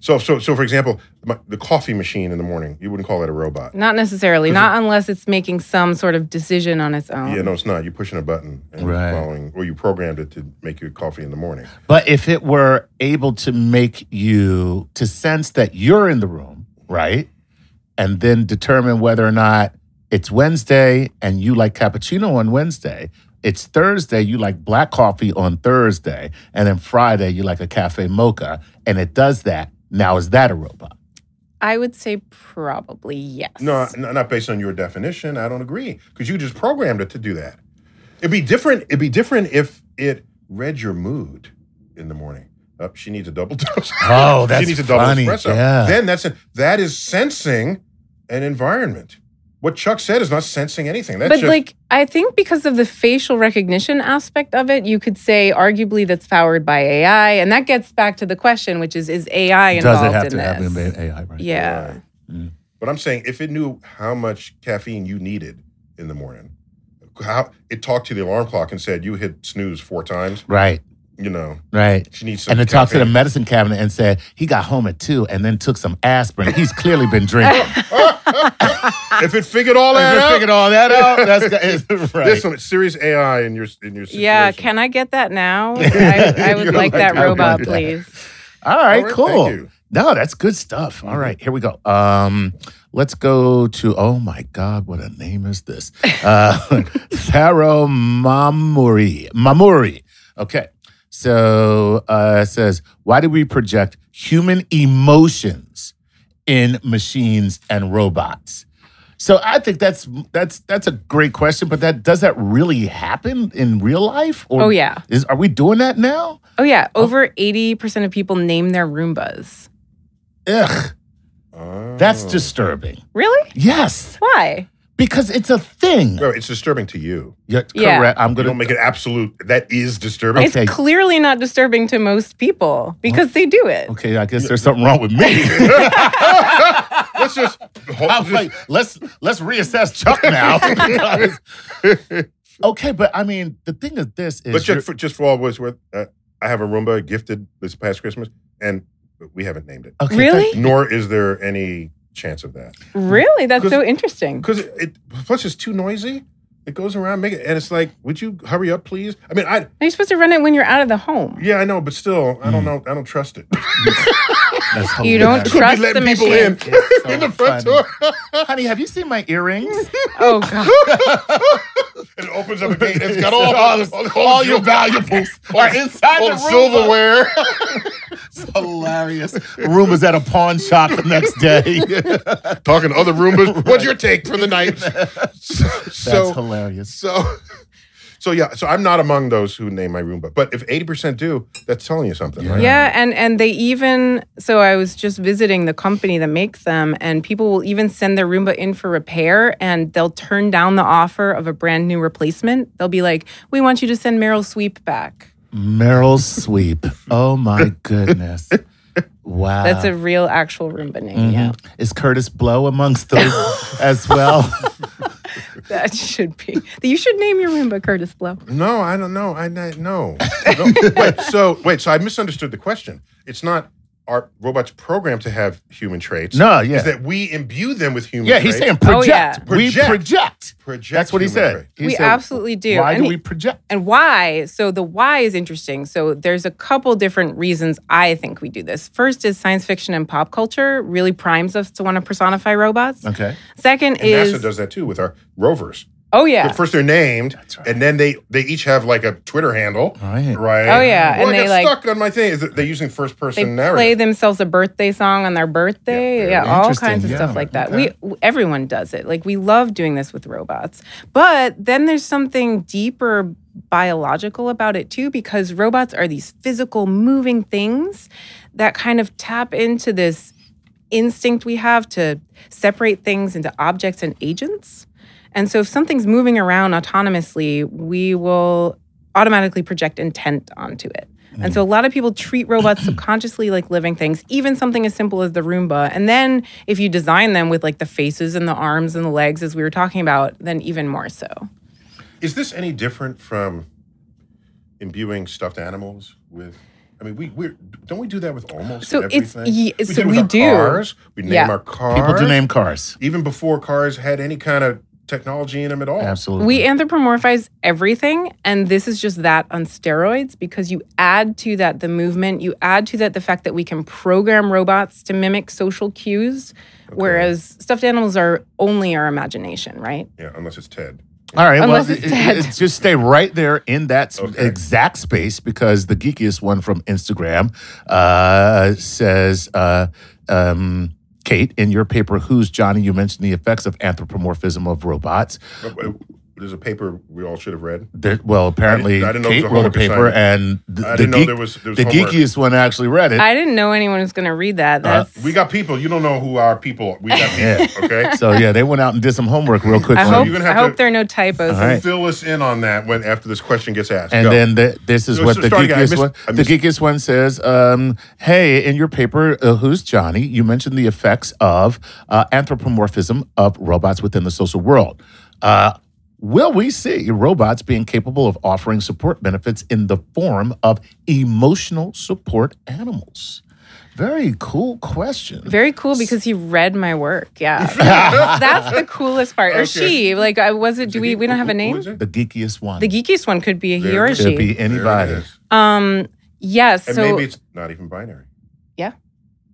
Speaker 1: So, so, so for example, my, the coffee machine in the morning, you wouldn't call that a robot.
Speaker 3: Not necessarily, not unless it's making some sort of decision on its own.
Speaker 1: Yeah, no, it's not. You're pushing a button and
Speaker 2: Right.
Speaker 1: following, or you programmed it to make your coffee in the morning.
Speaker 2: But if it were able to make you to sense that you're in the room, right? And then determine whether or not it's Wednesday and you like cappuccino on Wednesday, it's Thursday, you like black coffee on Thursday, and then Friday, you like a cafe mocha, and it does that. Now, is that a robot?
Speaker 3: I would say probably yes.
Speaker 1: No, n- not based on your definition. I don't agree because you just programmed it to do that. It'd be different. It'd be different if it read your mood in the morning. Oh, she needs a double dose.
Speaker 2: Oh, that's
Speaker 1: she needs a double
Speaker 2: funny,
Speaker 1: espresso.
Speaker 2: yeah.
Speaker 1: Then that's a, that is sensing an environment. What Chuck said is not sensing anything. That's
Speaker 3: but
Speaker 1: just,
Speaker 3: like I think because of the facial recognition aspect of it, you could say arguably that's powered by AI, and that gets back to the question, which is is AI involved
Speaker 2: does it have
Speaker 3: in
Speaker 2: to
Speaker 3: this?
Speaker 2: have an AI? Right?
Speaker 3: yeah.
Speaker 1: Right.
Speaker 3: uh,
Speaker 1: But I'm saying if it knew how much caffeine you needed in the morning, how it talked to the alarm clock and said you hit snooze four times.
Speaker 2: Right,
Speaker 1: You know,
Speaker 2: right.
Speaker 1: she needs some.
Speaker 2: And to talk to the
Speaker 1: caffeine.
Speaker 2: medicine cabinet and said he got home at two and then took some aspirin. He's clearly been drinking.
Speaker 1: if it figured all
Speaker 2: If
Speaker 1: that
Speaker 2: you
Speaker 1: out,
Speaker 2: figured all that out. That's right.
Speaker 1: This one, serious AI in your in your situation.
Speaker 3: Yeah, can I get that now? I, I
Speaker 1: You're
Speaker 3: would like
Speaker 1: like,
Speaker 3: that
Speaker 1: I would
Speaker 3: robot,
Speaker 2: like "Oh, that.
Speaker 3: please.
Speaker 2: All right,
Speaker 1: All right,
Speaker 2: cool.
Speaker 1: thank you.
Speaker 2: No, that's good stuff.
Speaker 3: Mm-hmm.
Speaker 2: All right, here we go. Um, let's go to oh my god, what a name is this? Uh, Pharaoh Mamuri. Mamuri. Okay, so uh, it says, why do we project human emotions in machines and robots? So I think that's that's that's a great question, but that does that really happen in real life? Or
Speaker 3: Oh, yeah.
Speaker 2: is are we doing that now?
Speaker 3: Oh yeah, over eighty percent of people name their Roombas.
Speaker 2: Ugh.
Speaker 1: Oh.
Speaker 2: That's disturbing.
Speaker 3: Really?
Speaker 2: Yes,
Speaker 3: Why?
Speaker 2: because it's a thing.
Speaker 1: No, it's disturbing to you.
Speaker 2: You're
Speaker 3: Yeah.
Speaker 2: correct. I'm
Speaker 1: You
Speaker 2: gonna
Speaker 1: don't make it absolute. That is disturbing.
Speaker 2: Okay.
Speaker 3: It's clearly not disturbing to most people because they do it.
Speaker 2: Okay, I guess there's something wrong with me.
Speaker 1: Let's just.
Speaker 2: I'm like, let's let's reassess Chuck now. because- okay, but I mean, the thing is, this is
Speaker 1: but
Speaker 2: you're-
Speaker 1: just for, just for all it's worth, uh, I have a Roomba gifted this past Christmas, and we haven't named it.
Speaker 2: okay,
Speaker 3: Really?
Speaker 2: thank-
Speaker 1: Nor is there any chance of that
Speaker 3: Really? That's
Speaker 1: 'Cause-
Speaker 3: so interesting.
Speaker 1: because it, it plus it's too noisy. It goes around, make it, and it's like, would you hurry up, please? I mean, I
Speaker 3: Now you're supposed to run it when you're out of the home.
Speaker 1: yeah, I know, but still, I
Speaker 2: Hmm.
Speaker 1: don't know, I don't trust it.
Speaker 2: That's
Speaker 3: You don't
Speaker 2: hilarious.
Speaker 3: trust the
Speaker 1: letting
Speaker 3: machine.
Speaker 1: people in
Speaker 2: It's so
Speaker 1: in the front
Speaker 2: funny.
Speaker 1: door.
Speaker 2: Honey, have you seen my earrings?
Speaker 3: Oh god.
Speaker 1: It opens up a gate. It's got all,
Speaker 2: all-
Speaker 1: all,
Speaker 2: all your valuables are inside
Speaker 1: all
Speaker 2: the room.
Speaker 1: silverware.
Speaker 2: It's hilarious. Room was at a pawn shop the next day.
Speaker 1: Talking to other Roombas. What's your take for the night? so,
Speaker 2: That's
Speaker 1: so,
Speaker 2: hilarious.
Speaker 1: so, so yeah. So I'm not among those who name my Roomba, but if 80% do, that's telling you something, right?
Speaker 3: Yeah, and and they even so I was just visiting the company that makes them, and people will even send their Roomba in for repair, and they'll turn down the offer of a brand new replacement. They'll be like, "We want you to send Meryl Sweep back."
Speaker 2: Meryl Sweep. Oh my goodness. Wow.
Speaker 1: Ah.
Speaker 3: That's a real actual Roomba name.
Speaker 2: Mhm.
Speaker 1: Mm-hmm.
Speaker 3: Yeah,
Speaker 2: Is Curtis Blow amongst those as well?
Speaker 3: that should be. You should name your Roomba Curtis Blow.
Speaker 1: No, I don't know. I not, no. no. Wait. So wait. So I misunderstood the question. It's not. Are robots programmed to have human traits?
Speaker 2: No, yeah.
Speaker 1: Is that we imbue them with human
Speaker 2: yeah,
Speaker 1: traits?
Speaker 2: he's saying
Speaker 3: Oh,
Speaker 2: project.
Speaker 3: yeah.
Speaker 2: We
Speaker 1: Project.
Speaker 2: project.
Speaker 1: Project
Speaker 2: That's what he
Speaker 1: human
Speaker 2: said.
Speaker 1: traits.
Speaker 2: He
Speaker 3: we
Speaker 2: said,
Speaker 3: absolutely do.
Speaker 2: Why do
Speaker 3: and he-
Speaker 2: we project?
Speaker 3: and why so the why is interesting so there's a couple different reasons i think we do this first is science fiction and pop culture really primes us to want to personify robots
Speaker 2: Okay.
Speaker 3: second
Speaker 1: And
Speaker 3: is
Speaker 1: NASA does that too with our rovers.
Speaker 3: oh yeah
Speaker 1: But first they're named,
Speaker 2: right.
Speaker 1: and then they they each have like a Twitter handle,
Speaker 2: Right.
Speaker 1: right?
Speaker 3: Oh, yeah,
Speaker 1: Well,
Speaker 3: and
Speaker 1: I
Speaker 3: they,
Speaker 1: got
Speaker 3: like-
Speaker 1: stuck on my thing. Is it, they're using first
Speaker 3: they
Speaker 1: person
Speaker 3: play
Speaker 1: narrative.
Speaker 3: themselves a birthday song on their birthday.
Speaker 1: Yeah,
Speaker 3: Yeah, all
Speaker 2: interesting.
Speaker 3: kinds of
Speaker 2: Yeah,
Speaker 3: stuff like that.
Speaker 2: okay.
Speaker 3: We everyone does it. Like we love doing this with robots. But then there's something deeper biological about it too because robots are these physical moving things that kind of tap into this instinct we have to separate things into objects and agents. And so if something's moving around autonomously, we will automatically project intent onto it. And so a lot of people treat robots subconsciously like living things, even something as simple as the Roomba. And then if you design them with like the faces and the arms and the legs, as we were talking about, then even more so.
Speaker 1: Is this any different from imbuing stuffed animals with? I mean, we we don't we do that with almost
Speaker 3: So it's-
Speaker 1: everything.
Speaker 3: ye-
Speaker 1: we
Speaker 3: so
Speaker 1: it with
Speaker 3: we
Speaker 1: our
Speaker 3: do.
Speaker 1: Cars. We name
Speaker 3: Yeah.
Speaker 1: our cars.
Speaker 2: People do name cars.
Speaker 1: even before cars had any kind of technology in them at all.
Speaker 2: Absolutely.
Speaker 3: We anthropomorphize everything, and this is just that on steroids because you add to that the movement, you add to that the fact that we can program robots to mimic social cues, whereas stuffed animals are only our imagination, right?
Speaker 1: Yeah, unless it's Ted.
Speaker 2: All right.
Speaker 3: Unless
Speaker 2: well,
Speaker 3: it's
Speaker 2: it-
Speaker 3: dead.
Speaker 2: it- just stay right there in that sp-
Speaker 1: Okay.
Speaker 2: exact space because the geekiest one from Instagram uh, says, uh, um, Kate, in your paper, Who's Johnny? You mentioned the effects of anthropomorphism of robots.
Speaker 1: But, but There's a paper we all should have read.
Speaker 2: There, well, apparently,
Speaker 1: I didn't know it
Speaker 2: Kate
Speaker 1: was a
Speaker 2: wrote a
Speaker 1: homework
Speaker 2: paper,
Speaker 1: assignment.
Speaker 2: and the,
Speaker 1: I
Speaker 2: the
Speaker 1: didn't know
Speaker 2: geek-
Speaker 1: there was- there was
Speaker 2: the
Speaker 1: homework.
Speaker 2: geekiest one actually read it.
Speaker 3: I didn't know anyone was going to read that.
Speaker 2: Uh,
Speaker 3: That's,
Speaker 1: We got people. You don't know who our people. We got people. Okay.
Speaker 2: so, yeah, they went out and did some homework real quick.
Speaker 3: I
Speaker 2: for
Speaker 3: hope,
Speaker 2: you.
Speaker 1: you're gonna
Speaker 3: I
Speaker 1: have
Speaker 3: hope
Speaker 1: to-
Speaker 3: there are no typos.
Speaker 2: All right.
Speaker 1: Fill us in on that when after this question gets asked.
Speaker 2: And
Speaker 1: Go.
Speaker 2: then the, this is
Speaker 1: No,
Speaker 2: what
Speaker 1: so-
Speaker 2: the
Speaker 1: sorry, guy, I
Speaker 2: geekiest
Speaker 1: missed-
Speaker 2: one.
Speaker 1: I
Speaker 2: The
Speaker 1: missed-
Speaker 2: geekiest one says, um, "Hey, in your paper, uh, who's Johnny? You mentioned the effects of uh, anthropomorphism of robots within the social world. Uh, will we see robots being capable of offering support benefits in the form of emotional support animals?" Very cool question.
Speaker 3: Very cool because he read my work. Yeah, that's the coolest part. Or
Speaker 1: Okay.
Speaker 3: she, like, I was it? Do we? We don't have a
Speaker 1: Who- who
Speaker 3: name.
Speaker 1: is it?
Speaker 2: the geekiest one.
Speaker 3: The geekiest one could be a he
Speaker 1: There
Speaker 3: or
Speaker 1: it
Speaker 3: a
Speaker 1: is.
Speaker 2: could
Speaker 3: she.
Speaker 2: be
Speaker 1: There it
Speaker 2: anybody.
Speaker 1: is.
Speaker 3: Um, yes.
Speaker 1: And
Speaker 3: so
Speaker 1: maybe it's not even binary.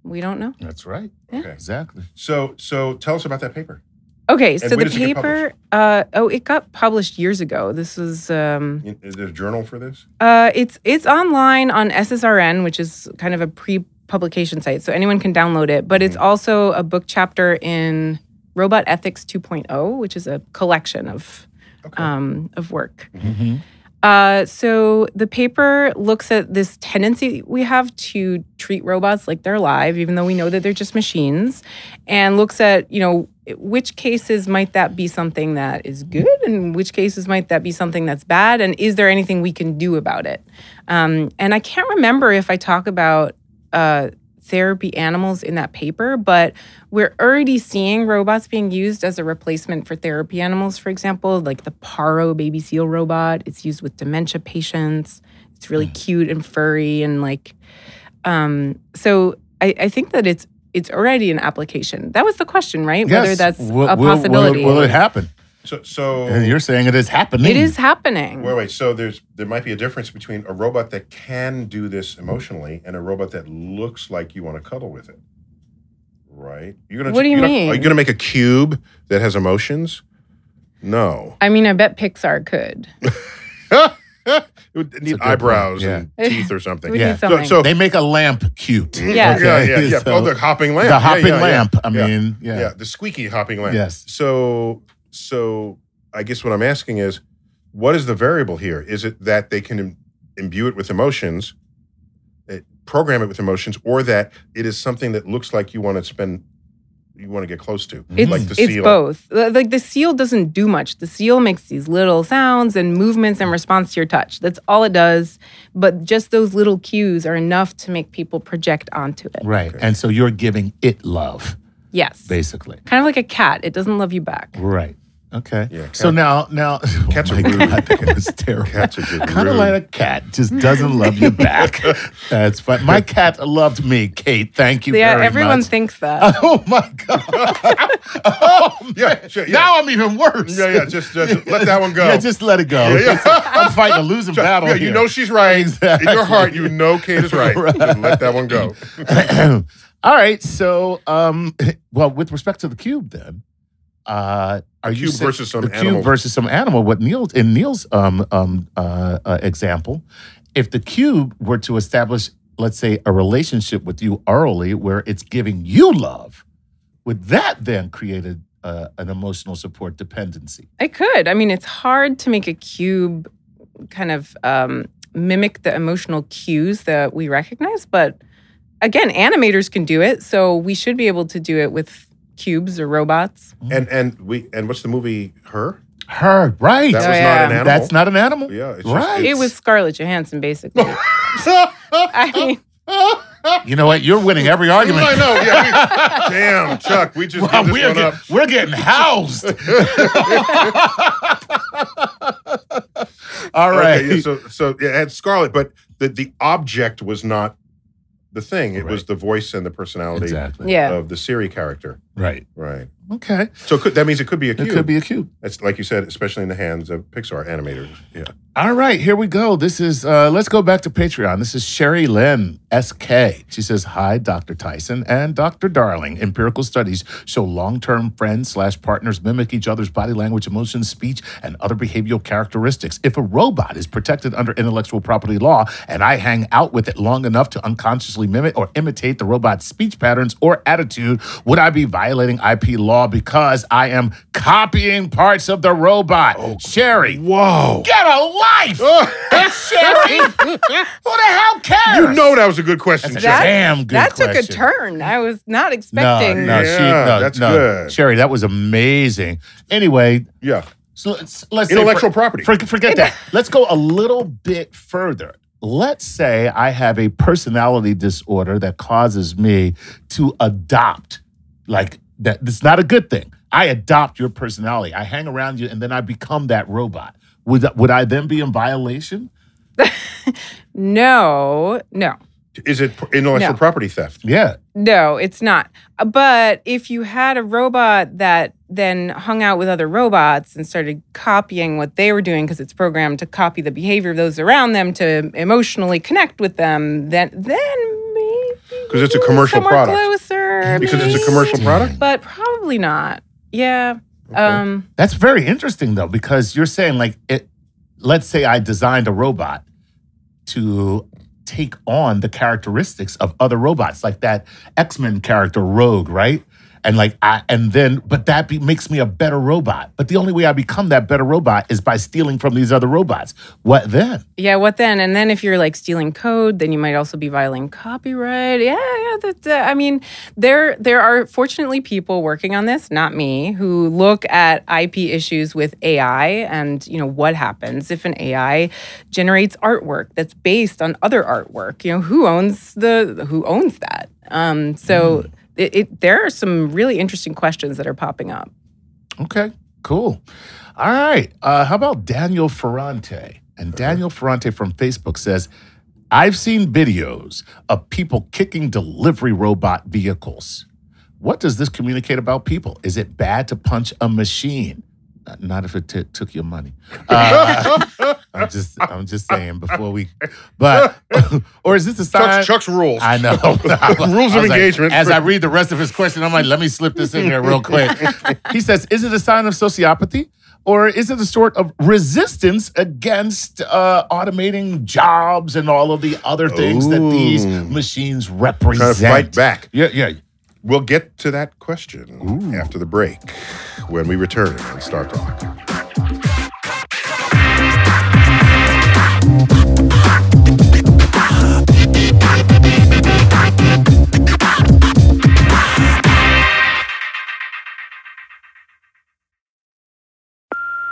Speaker 3: we don't know.
Speaker 2: That's right.
Speaker 1: Okay.
Speaker 2: Exactly.
Speaker 1: So so tell us about that paper.
Speaker 3: Okay, so
Speaker 1: when
Speaker 3: the
Speaker 1: does it get
Speaker 3: paper. Uh, oh, it got published years ago. This was. Um,
Speaker 1: In- Is there a journal for this?
Speaker 3: uh, it's it's online on SSRN, which is kind of a pre-publication site, so anyone can download it. But it's
Speaker 1: Mm-hmm.
Speaker 3: also a book chapter in Robot Ethics 2.0, which is a collection of
Speaker 1: Okay.
Speaker 3: um, of work.
Speaker 2: Mm-hmm.
Speaker 3: Uh, so the paper looks at this tendency we have to treat robots like they're alive, even though we know that they're just machines, and looks at you know which cases might that be something that is good, and which cases might that be something that's bad, and is there anything we can do about it? Um, and I can't remember if I talk about. Uh, Therapy animals in that paper, but we're already seeing robots being used as a replacement for therapy animals, for example, like the Paro baby seal robot. It's used with dementia patients. It's
Speaker 2: Mm.
Speaker 3: really cute and furry and like um so I, I think that it's it's already an application. That was the question, right? Whether that's
Speaker 2: Will-
Speaker 3: a
Speaker 2: will- will it-
Speaker 3: possibility.
Speaker 2: Will, it happen?
Speaker 1: So so
Speaker 2: And you're saying it is happening.
Speaker 3: it is happening.
Speaker 1: Wait, wait. So there's there might be a difference between a robot that can do this emotionally and a robot that looks like you want to cuddle with it, right? You're gonna.
Speaker 3: What do you
Speaker 1: you're gonna-
Speaker 3: mean?
Speaker 1: Are you gonna make a cube that has emotions? No,
Speaker 3: I mean, I bet Pixar could.
Speaker 1: it would need
Speaker 2: good
Speaker 1: eyebrows
Speaker 2: point,
Speaker 1: and teeth or something.
Speaker 3: We
Speaker 2: Yeah.
Speaker 3: need something.
Speaker 1: So, so
Speaker 2: Oh. They make a lamp cute.
Speaker 1: yeah,
Speaker 3: Yeah.
Speaker 1: yeah, yeah.
Speaker 2: So-
Speaker 1: oh, the hopping lamp.
Speaker 2: the
Speaker 1: Yeah,
Speaker 2: hopping
Speaker 1: yeah, yeah.
Speaker 2: lamp. I
Speaker 1: Yeah.
Speaker 2: mean,
Speaker 1: Yeah.
Speaker 2: yeah.
Speaker 1: the squeaky hopping lamp.
Speaker 2: Yes.
Speaker 1: So, so I guess what I'm asking is, what is the variable here? Is it that they can im- imbue it with emotions, eh, program it with emotions, or that it is something that looks like you want to spend, you want to get close to,
Speaker 3: It's,
Speaker 1: like the
Speaker 3: it's
Speaker 1: seal?
Speaker 3: both. Li- Like the seal doesn't do much. The seal makes these little sounds and movements in response to your touch. That's all it does. But just those little cues are enough to make people project onto it.
Speaker 2: Right. And so you're giving it love,
Speaker 3: Yes.
Speaker 2: basically.
Speaker 3: Kind of like a cat. It doesn't love you back.
Speaker 2: Right. Okay.
Speaker 1: Yeah,
Speaker 2: so
Speaker 1: cat-
Speaker 2: now, now,
Speaker 1: Cats
Speaker 2: oh
Speaker 1: are
Speaker 2: my
Speaker 1: rude.
Speaker 2: God, that was terrible.
Speaker 1: Cats are just
Speaker 2: Kind of
Speaker 1: rude.
Speaker 2: like a cat, just doesn't love you back. That's fine. My cat loved me, Kate. Thank you
Speaker 3: Yeah,
Speaker 2: very
Speaker 3: everyone
Speaker 2: much.
Speaker 3: thinks that.
Speaker 2: Oh my god! oh,
Speaker 1: Yeah, sure, yeah.
Speaker 2: Now I'm even worse.
Speaker 1: Yeah, yeah. Just, just let that one go.
Speaker 2: Yeah, just let it go.
Speaker 1: yeah.
Speaker 2: I'm fighting a losing battle.
Speaker 1: Yeah, you
Speaker 2: here.
Speaker 1: know she's right. In
Speaker 2: Exactly.
Speaker 1: your heart, you know Kate is right. Just let that one go.
Speaker 2: All right. So, um, well, with respect to the cube, then, uh, are you
Speaker 1: cube
Speaker 2: sa-
Speaker 1: versus some
Speaker 2: the cube
Speaker 1: animal.
Speaker 2: versus some animal? What Neil's in Neil's um, um, uh, uh, example, if the cube were to establish, let's say, a relationship with you orally, where it's giving you love, would that then create a, uh, an emotional support dependency?
Speaker 3: I could. I mean, it's hard to make a cube kind of um, mimic the emotional cues that we recognize, but again, animators can do it, so we should be able to do it with cubes or robots.
Speaker 1: And and we and what's the movie? Her.
Speaker 2: Her, right.
Speaker 1: That was
Speaker 3: yeah.
Speaker 1: not an animal.
Speaker 2: Oh, That's not an animal.
Speaker 1: Yeah, it's just-
Speaker 2: right.
Speaker 3: It was Scarlett Johansson, basically. I mean,
Speaker 2: you know what? You're winning every argument.
Speaker 1: I know. Yeah, we- damn, Chuck, we just
Speaker 2: Wow,
Speaker 1: gave this
Speaker 2: we're,
Speaker 1: one
Speaker 2: get-
Speaker 1: up.
Speaker 2: we're getting housed. All right.
Speaker 1: Okay, yeah, so so yeah, it had Scarlet, but the the object was not the thing. It was
Speaker 2: Right.
Speaker 1: the voice and the personality
Speaker 2: exactly.
Speaker 3: yeah.
Speaker 1: of the Siri character.
Speaker 2: Right.
Speaker 1: Right.
Speaker 2: Okay.
Speaker 1: So it could, that means it could be a cube.
Speaker 2: It could be a cube.
Speaker 1: It's like you said, especially in the hands of Pixar animators. Yeah.
Speaker 2: All right, here we go. This is uh, let's go back to Patreon. This is Sherry Lynn SK. She says, "Hi, Dr. Tyson and Dr. Darling. Empirical studies show long-term friends slash partners mimic each other's body language, emotions, speech, and other behavioral characteristics. If a robot is protected under intellectual property law, and I hang out with it long enough to unconsciously mimic or imitate the robot's speech patterns or attitude, would I be violating IP law because I am copying parts of the robot?" Sherry,
Speaker 1: Whoa.
Speaker 2: Get a life! That's Sherry! Who
Speaker 1: Oh.
Speaker 2: the hell cares?
Speaker 1: You know that was a good question,
Speaker 2: That's a
Speaker 1: Chuck.
Speaker 3: That-
Speaker 2: damn good
Speaker 3: that took
Speaker 2: question.
Speaker 3: a turn. I was not
Speaker 2: No,
Speaker 3: expecting.
Speaker 2: no, she,
Speaker 1: Yeah,
Speaker 2: no,
Speaker 1: that's
Speaker 2: no.
Speaker 1: good.
Speaker 2: Sherry, that was amazing. Anyway,
Speaker 1: Yeah.
Speaker 2: so let's, let's say
Speaker 1: Intellectual
Speaker 2: for-
Speaker 1: property.
Speaker 2: for- forget that. Let's go a little bit further. Let's say I have a personality disorder that causes me to adopt, like that. It's not a good thing. I adopt your personality. I hang around you, and then I become that robot. Would would I then be in violation?
Speaker 3: No, no,
Speaker 1: Is it intellectual
Speaker 3: No.
Speaker 1: property theft?
Speaker 2: Yeah.
Speaker 3: no, it's not. Uh, But if you had a robot that then hung out with other robots and started copying what they were doing because it's programmed to copy the behavior of those around them to emotionally connect with them, then then maybe
Speaker 1: 'Cause it's a
Speaker 3: we're
Speaker 1: commercial
Speaker 3: somewhere
Speaker 1: product.
Speaker 3: Closer,
Speaker 1: Because it's a
Speaker 3: maybe,
Speaker 1: commercial product?
Speaker 3: but probably not. Yeah. Um.
Speaker 2: That's very interesting though, because you're saying like it. Let's say I designed a robot to take on the characteristics of other robots, like that X Men character Rogue, right? And like I, and then, but that be, makes me a better robot. But the only way I become that better robot is by stealing from these other robots. What then?
Speaker 3: Yeah, what then? And then if you're like stealing code, then you might also be violating copyright. Yeah, yeah. That, that- I mean, there there are fortunately people working on this, not me, who look at IP issues with AI and you know what happens if an AI generates artwork that's based on other artwork. You know who owns the who owns that. Um, so it, it there are some really interesting questions that are popping up.
Speaker 2: Okay, cool. All right. Uh, how about Daniel Ferrante? And Daniel Ferrante from Facebook says, I've seen videos of people kicking delivery robot vehicles. What does this communicate about people? Is it bad to punch a machine? Uh, Not if it t- took your money. Uh, I'm just, I'm just saying before we, but or is this a sign?
Speaker 1: Chuck's, Chuck's rules.
Speaker 2: I know.
Speaker 1: Rules of
Speaker 2: I was like,
Speaker 1: engagement.
Speaker 2: as I read the rest of his question, I'm like, let me slip this in here real quick. he says, Is it a sign of sociopathy? Or is it a sort of resistance against uh, automating jobs and all of the other things that these
Speaker 1: Ooh.
Speaker 2: machines
Speaker 1: Trying
Speaker 2: represent?
Speaker 1: to fight back.
Speaker 2: Yeah, yeah.
Speaker 1: We'll get to that question after the break when we return on Star Talk.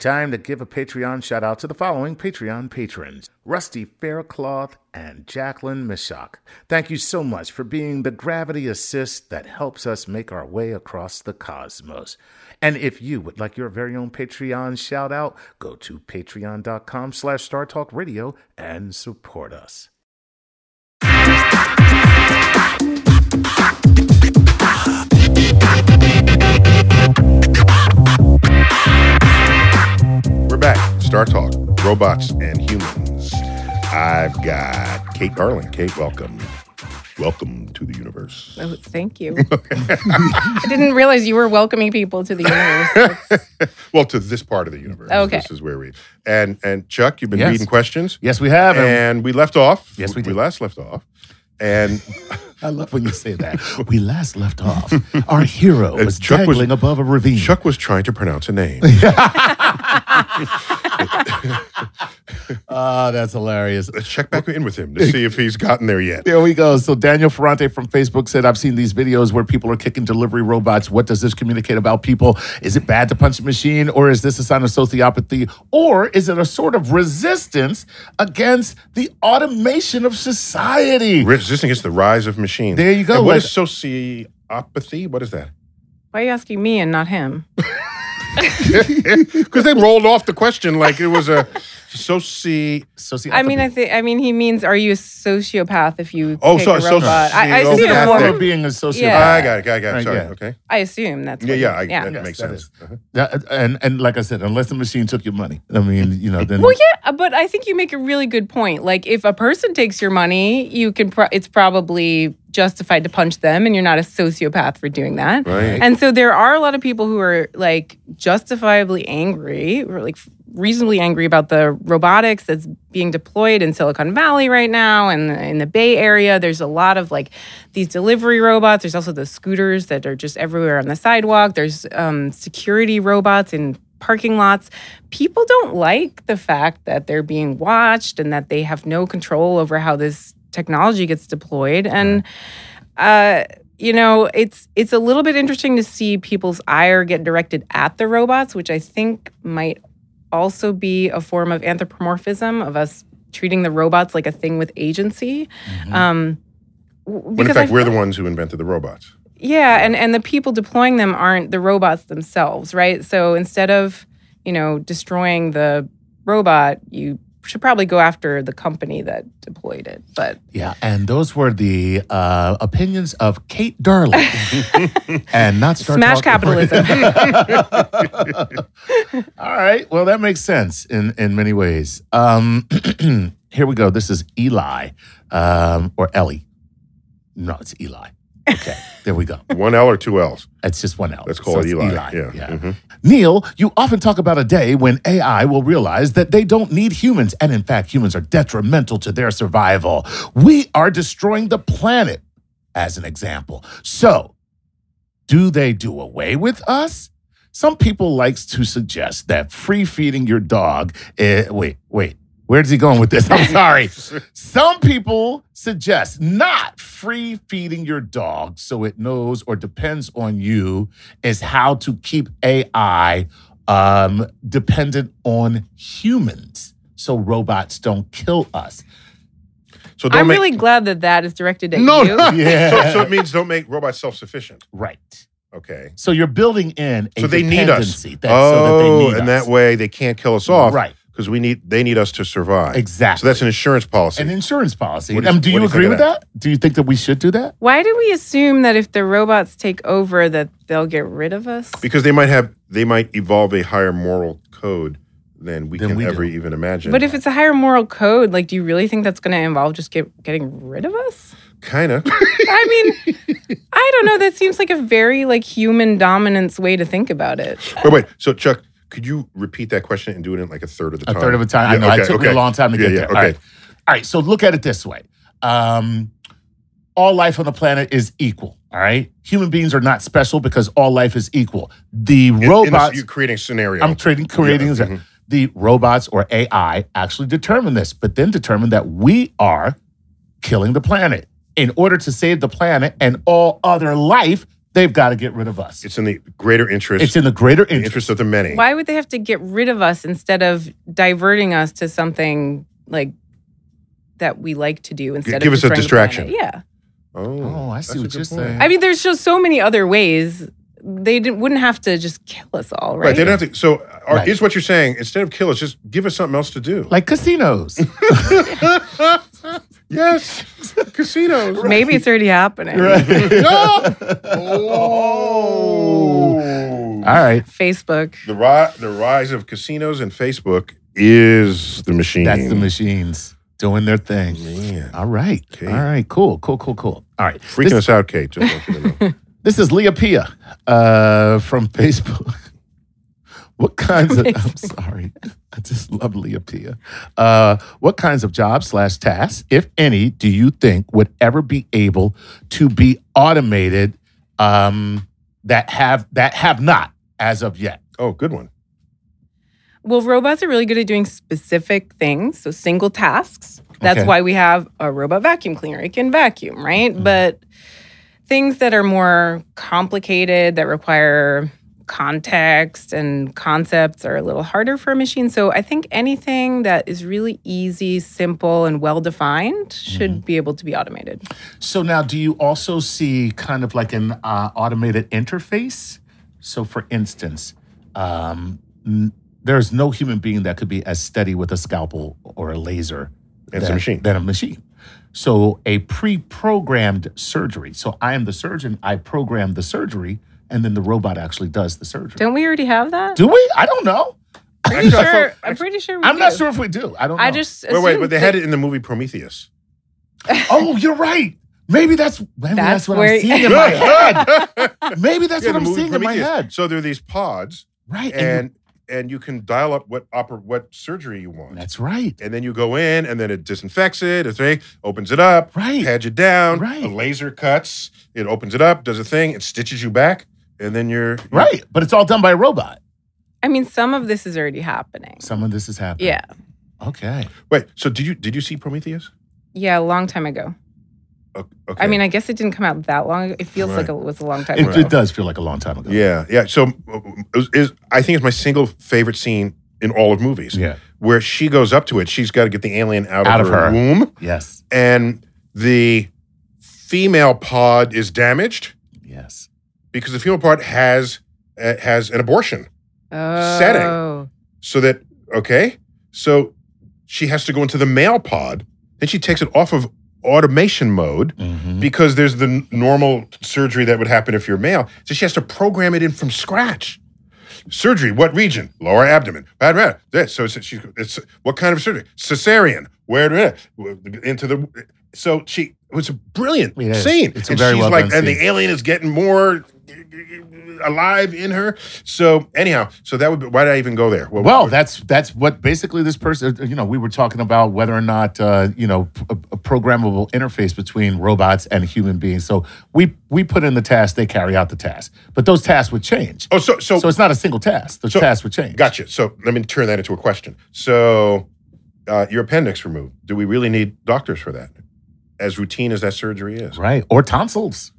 Speaker 4: Time to give a Patreon shout out to the following Patreon patrons Rusty Faircloth and Jacqueline Mishak. Thank you so much for being the gravity assist that helps us make our way across the cosmos. And if you would like your very own Patreon shout out, go to patreon.com slash Star Talk Radio and support us.
Speaker 1: We're back. Star Talk, Robots and Humans. I've got Kate Garland. Kate, welcome. Welcome to the universe.
Speaker 3: Oh, thank you. I didn't realize you were welcoming people to the universe.
Speaker 1: Well, to this part of the universe.
Speaker 3: Okay.
Speaker 1: This is where we and and Chuck, you've been
Speaker 2: Yes.
Speaker 1: reading questions.
Speaker 2: Yes, we have. And
Speaker 1: And we left off.
Speaker 2: Yes, we
Speaker 1: We
Speaker 2: did.
Speaker 1: last left off. And
Speaker 2: I love when you say that. we last left off. Our hero
Speaker 1: Uh,
Speaker 2: was
Speaker 1: Chuck was-
Speaker 2: dangling above a ravine.
Speaker 1: Chuck was trying to pronounce a name.
Speaker 2: Oh, that's hilarious.
Speaker 1: Let's check back in with him to see if he's gotten there yet.
Speaker 2: There we go. So Daniel Ferrante from Facebook said, I've seen these videos where people are kicking delivery robots. What does this communicate about people? Is it bad to punch a machine or is this a sign of sociopathy? Or is it a sort of resistance against the automation of society?
Speaker 1: Resisting against the rise of machines.
Speaker 2: There you go,
Speaker 1: And what
Speaker 2: like-
Speaker 1: is sociopathy? What is that?
Speaker 3: Why are you asking me and not him?
Speaker 1: Because they rolled off the question like it was a soci.
Speaker 2: Sociopathy.
Speaker 3: I mean, I think I mean he means are you a sociopath if you
Speaker 1: Oh,
Speaker 3: kick
Speaker 1: so-
Speaker 3: a
Speaker 1: so-
Speaker 3: robot? I, I
Speaker 1: so-
Speaker 2: is it a
Speaker 3: assume.
Speaker 1: sociopathic.
Speaker 2: form of being a sociopath?
Speaker 3: Yeah.
Speaker 1: I got it. Got it. Got it.
Speaker 2: Right,
Speaker 1: Sorry.
Speaker 2: yeah.
Speaker 1: Okay.
Speaker 3: I assume that's
Speaker 1: Yeah.
Speaker 3: what
Speaker 1: Yeah.
Speaker 3: he-
Speaker 1: I,
Speaker 3: yeah.
Speaker 1: That
Speaker 2: Yes,
Speaker 1: makes
Speaker 2: that
Speaker 1: sense. Uh-huh.
Speaker 2: is. That- Uh, and, and like I said, unless the machine took your money. I mean, you know, then.
Speaker 3: Well, yeah, uh, but I think you make a really good point. Like, if a person takes your money, you can. Pro- it's probably justified to punch them, and you're not a sociopath for doing that.
Speaker 1: Right.
Speaker 3: And so there are a lot of people who are like justifiably angry, or like reasonably angry about the robotics that's being deployed in Silicon Valley right now and in the Bay Area. There's a lot of like these delivery robots. There's also those scooters that are just everywhere on the sidewalk. There's um, security robots in parking lots. People don't like the fact that they're being watched and that they have no control over how this technology gets deployed. And uh, you know, it's it's a little bit interesting to see people's ire get directed at the robots, which I think might also be a form of anthropomorphism of us treating the robots like a thing with agency. Um, w-
Speaker 1: Mm-hmm. When in
Speaker 3: because
Speaker 1: fact,
Speaker 3: I
Speaker 1: we're
Speaker 3: feel-
Speaker 1: the ones who invented the robots.
Speaker 3: yeah, and and the people deploying them aren't the robots themselves, right? So instead of you know destroying the robot, you should probably go after the company that deployed it. But
Speaker 2: Yeah, and those were the uh, opinions of Kate Darling, and not Star
Speaker 3: Smash
Speaker 2: Talk- All right, well that makes sense in in many ways. Um, here we go. This is Eli um, or Ellie. No, it's Eli. Okay, there we go.
Speaker 1: One L or two L's.
Speaker 2: It's just one L.
Speaker 1: Let's call
Speaker 2: So
Speaker 1: it
Speaker 2: it's
Speaker 1: Eli. Yeah. Mhm.
Speaker 2: Neil, you often talk about a day when AI will realize that they don't need humans, and in fact, humans are detrimental to their survival. We are destroying the planet, as an example. So, do they do away with us? Some people likes to suggest that free feeding your dog. eh, wait, wait. Where's he going with this? I'm sorry. Some people suggest not free feeding your dog so it knows or depends on you is how to keep AI um, dependent on humans so robots don't kill us.
Speaker 1: So don't
Speaker 3: I'm
Speaker 1: make.
Speaker 3: really glad that that is directed at
Speaker 1: no,
Speaker 3: you.
Speaker 1: no.
Speaker 2: Yeah.
Speaker 1: So, so it means don't make robots self-sufficient.
Speaker 2: Right.
Speaker 1: Okay.
Speaker 2: So you're building in a
Speaker 1: so they need us.
Speaker 2: dependency that-
Speaker 1: oh,
Speaker 2: so that they need
Speaker 1: and
Speaker 2: us.
Speaker 1: that way they can't kill us off.
Speaker 2: Right.
Speaker 1: because we need they need us to survive.
Speaker 2: Exactly.
Speaker 1: So that's an insurance policy.
Speaker 2: An insurance policy.
Speaker 1: What do you-
Speaker 2: um,
Speaker 1: what do
Speaker 2: do you
Speaker 1: you
Speaker 2: agree
Speaker 1: think of
Speaker 2: with
Speaker 1: that?
Speaker 2: that? Do you think that we should do that?
Speaker 3: Why do we assume that if the robots take over, that they'll get rid of us?
Speaker 1: because they might have they might evolve a higher moral code than we
Speaker 2: Than
Speaker 1: can
Speaker 2: we
Speaker 1: ever
Speaker 2: do.
Speaker 1: even imagine.
Speaker 3: But if it's a higher moral code, like, do you really think that's going to involve just get, getting rid of us?
Speaker 1: kind of
Speaker 3: I mean, I don't know. That seems like a very like human dominance way to think about it.
Speaker 1: wait wait so Chuck. Could you repeat that question and do it in like a third of the
Speaker 2: A
Speaker 1: time?
Speaker 2: third of a time. I
Speaker 1: Yeah,
Speaker 2: know. it
Speaker 1: okay,
Speaker 2: took me a
Speaker 1: okay.
Speaker 2: long time to
Speaker 1: Yeah,
Speaker 2: get
Speaker 1: yeah,
Speaker 2: there.
Speaker 1: okay.
Speaker 2: All right. All right. So look at it this way. Um, all life on the planet is equal. All right. Human beings are not special because all life is equal. The
Speaker 1: In- in this-
Speaker 2: robots.
Speaker 1: you're creating a scenario.
Speaker 2: I'm trading creating
Speaker 1: Yeah, mhm.
Speaker 2: the robots or AI actually determine this, but then determine that we are killing the planet. In order to save the planet and all other life, they've got to get rid of us. It's,
Speaker 1: it's in the greater interest.
Speaker 2: in the greater
Speaker 1: the
Speaker 2: interest.
Speaker 1: interest of the many.
Speaker 3: Why would they have to get rid of us instead of diverting us to something like that we like to do instead
Speaker 1: give
Speaker 3: of
Speaker 1: us a
Speaker 3: destroying the
Speaker 1: distraction.
Speaker 3: planet? Yeah.
Speaker 1: Oh,
Speaker 2: Oh, I
Speaker 1: that's
Speaker 2: see
Speaker 1: a
Speaker 2: what
Speaker 1: good
Speaker 2: you're
Speaker 1: point.
Speaker 2: saying.
Speaker 3: I mean, there's just so many other ways. They didn't, wouldn't have to just kill us all,
Speaker 1: Right.
Speaker 3: right?
Speaker 1: They don't have to. So, are,
Speaker 2: Right.
Speaker 1: here's what you're saying: instead of kill us, just give us something else to do.
Speaker 2: like casinos.
Speaker 1: yes, casinos.
Speaker 3: Maybe it's already happening.
Speaker 1: oh.
Speaker 2: All right.
Speaker 3: Facebook.
Speaker 1: The ri- the rise of casinos and Facebook is the machine.
Speaker 2: That's the machines doing their thing.
Speaker 1: Man.
Speaker 2: All right.
Speaker 1: Okay.
Speaker 2: All right. Cool. Cool. Cool. Cool. All right.
Speaker 1: Freaking
Speaker 2: This-
Speaker 1: us out, Kate. Just want you to know.
Speaker 2: This is Leah Pia uh, from Facebook. What kinds of, I'm sorry, I just love Leah Pia. Uh, what kinds of jobs slash tasks, if any, do you think would ever be able to be automated um, that have that have not as of yet?
Speaker 1: oh, good one.
Speaker 3: Well, robots are really good at doing specific things, so single tasks. That's
Speaker 2: Okay.
Speaker 3: why we have a robot vacuum cleaner. It can vacuum, right?
Speaker 2: Mhm.
Speaker 3: But things that are more complicated, that require context and concepts, are a little harder for a machine. So I think anything that is really easy, simple, and well defined should
Speaker 2: Mm-hmm.
Speaker 3: be able to be automated.
Speaker 2: So now, do you also see kind of like an uh, automated interface? So, for instance, um, n- there's no human being that could be as steady with a scalpel or a laser
Speaker 1: It's a machine.
Speaker 2: than a machine. So, a pre-programmed surgery. So, I am the surgeon. I program the surgery, and then the robot actually does the surgery.
Speaker 3: Don't we already have that?
Speaker 2: do we? I don't know.
Speaker 3: I'm pretty
Speaker 2: I thought-
Speaker 3: sure. I'm pretty sure. We
Speaker 2: I'm not
Speaker 3: do.
Speaker 2: sure if we do. I don't.
Speaker 3: I
Speaker 2: know.
Speaker 3: just
Speaker 1: Wait, wait,
Speaker 3: assumed
Speaker 1: but they had
Speaker 3: that-
Speaker 1: it in the movie Prometheus.
Speaker 2: Oh, you're right. Maybe that's maybe that's,
Speaker 3: That's
Speaker 2: what
Speaker 3: where-
Speaker 2: I'm seeing in my head. Maybe that's
Speaker 1: Yeah, the
Speaker 2: what I'm
Speaker 1: movie
Speaker 2: seeing in my
Speaker 1: Prometheus.
Speaker 2: head.
Speaker 1: So there are these pods,
Speaker 2: Right.
Speaker 1: and and you can dial up what opera, what surgery you want.
Speaker 2: that's right.
Speaker 1: and then you go in, and then it disinfects it, a thing, opens it up,
Speaker 2: Right.
Speaker 1: pads it down,
Speaker 2: Right.
Speaker 1: a laser cuts, it opens it up, does a thing, it stitches you back, and then you're
Speaker 2: Right. But it's all done by a robot.
Speaker 3: I mean, some of this is already happening.
Speaker 2: Some of this is happening.
Speaker 3: Yeah.
Speaker 2: Okay.
Speaker 1: Wait, so did you did you see Prometheus?
Speaker 3: Yeah, a long time ago.
Speaker 1: O-
Speaker 3: I mean, I guess it didn't come out that long. ago. It feels
Speaker 1: Right.
Speaker 3: like it was a long time
Speaker 2: It,
Speaker 3: ago.
Speaker 2: it does feel like a long time ago.
Speaker 1: yeah, yeah. So uh, is, is I think it's my single favorite scene in all of movies
Speaker 2: Yeah.
Speaker 1: where she goes up to it. She's got to get the alien out,
Speaker 2: Out
Speaker 1: of,
Speaker 2: of
Speaker 1: her,
Speaker 2: her.
Speaker 1: womb,
Speaker 2: Yes.
Speaker 1: and the female pod is damaged
Speaker 2: Yes.
Speaker 1: because the female pod has uh, has an abortion.
Speaker 3: Oh.
Speaker 1: setting. so that okay so she has to go into the mail pod then she takes it off of automation mode
Speaker 2: Mhm.
Speaker 1: because there's the n- normal surgery that would happen if you're male so she has to program it in from scratch surgery what region lower abdomen bad bad this so it's, she, it's what kind of surgery cesarean where to- into the so she it was a brilliant
Speaker 2: It is.
Speaker 1: scene
Speaker 2: It's a
Speaker 1: and
Speaker 2: very
Speaker 1: she's
Speaker 2: well
Speaker 1: like
Speaker 2: done
Speaker 1: and the
Speaker 2: scene.
Speaker 1: alien is getting more alive in her so anyhow so that would be why did i even go there
Speaker 2: Well, that's that's what basically this person. uh, You know, we were talking about whether or not uh, you know p- a, a programmable interface between robots and human beings. So we we put in the task, they carry out the task, but those tasks would change.
Speaker 1: Oh, so so,
Speaker 2: So it's not a single task. The
Speaker 1: So-
Speaker 2: tasks would change.
Speaker 1: gotcha. So let me turn that into a question. So uh, your appendix removed. Do we really need doctors for that? As routine as that surgery is,
Speaker 2: Right. Or tonsils.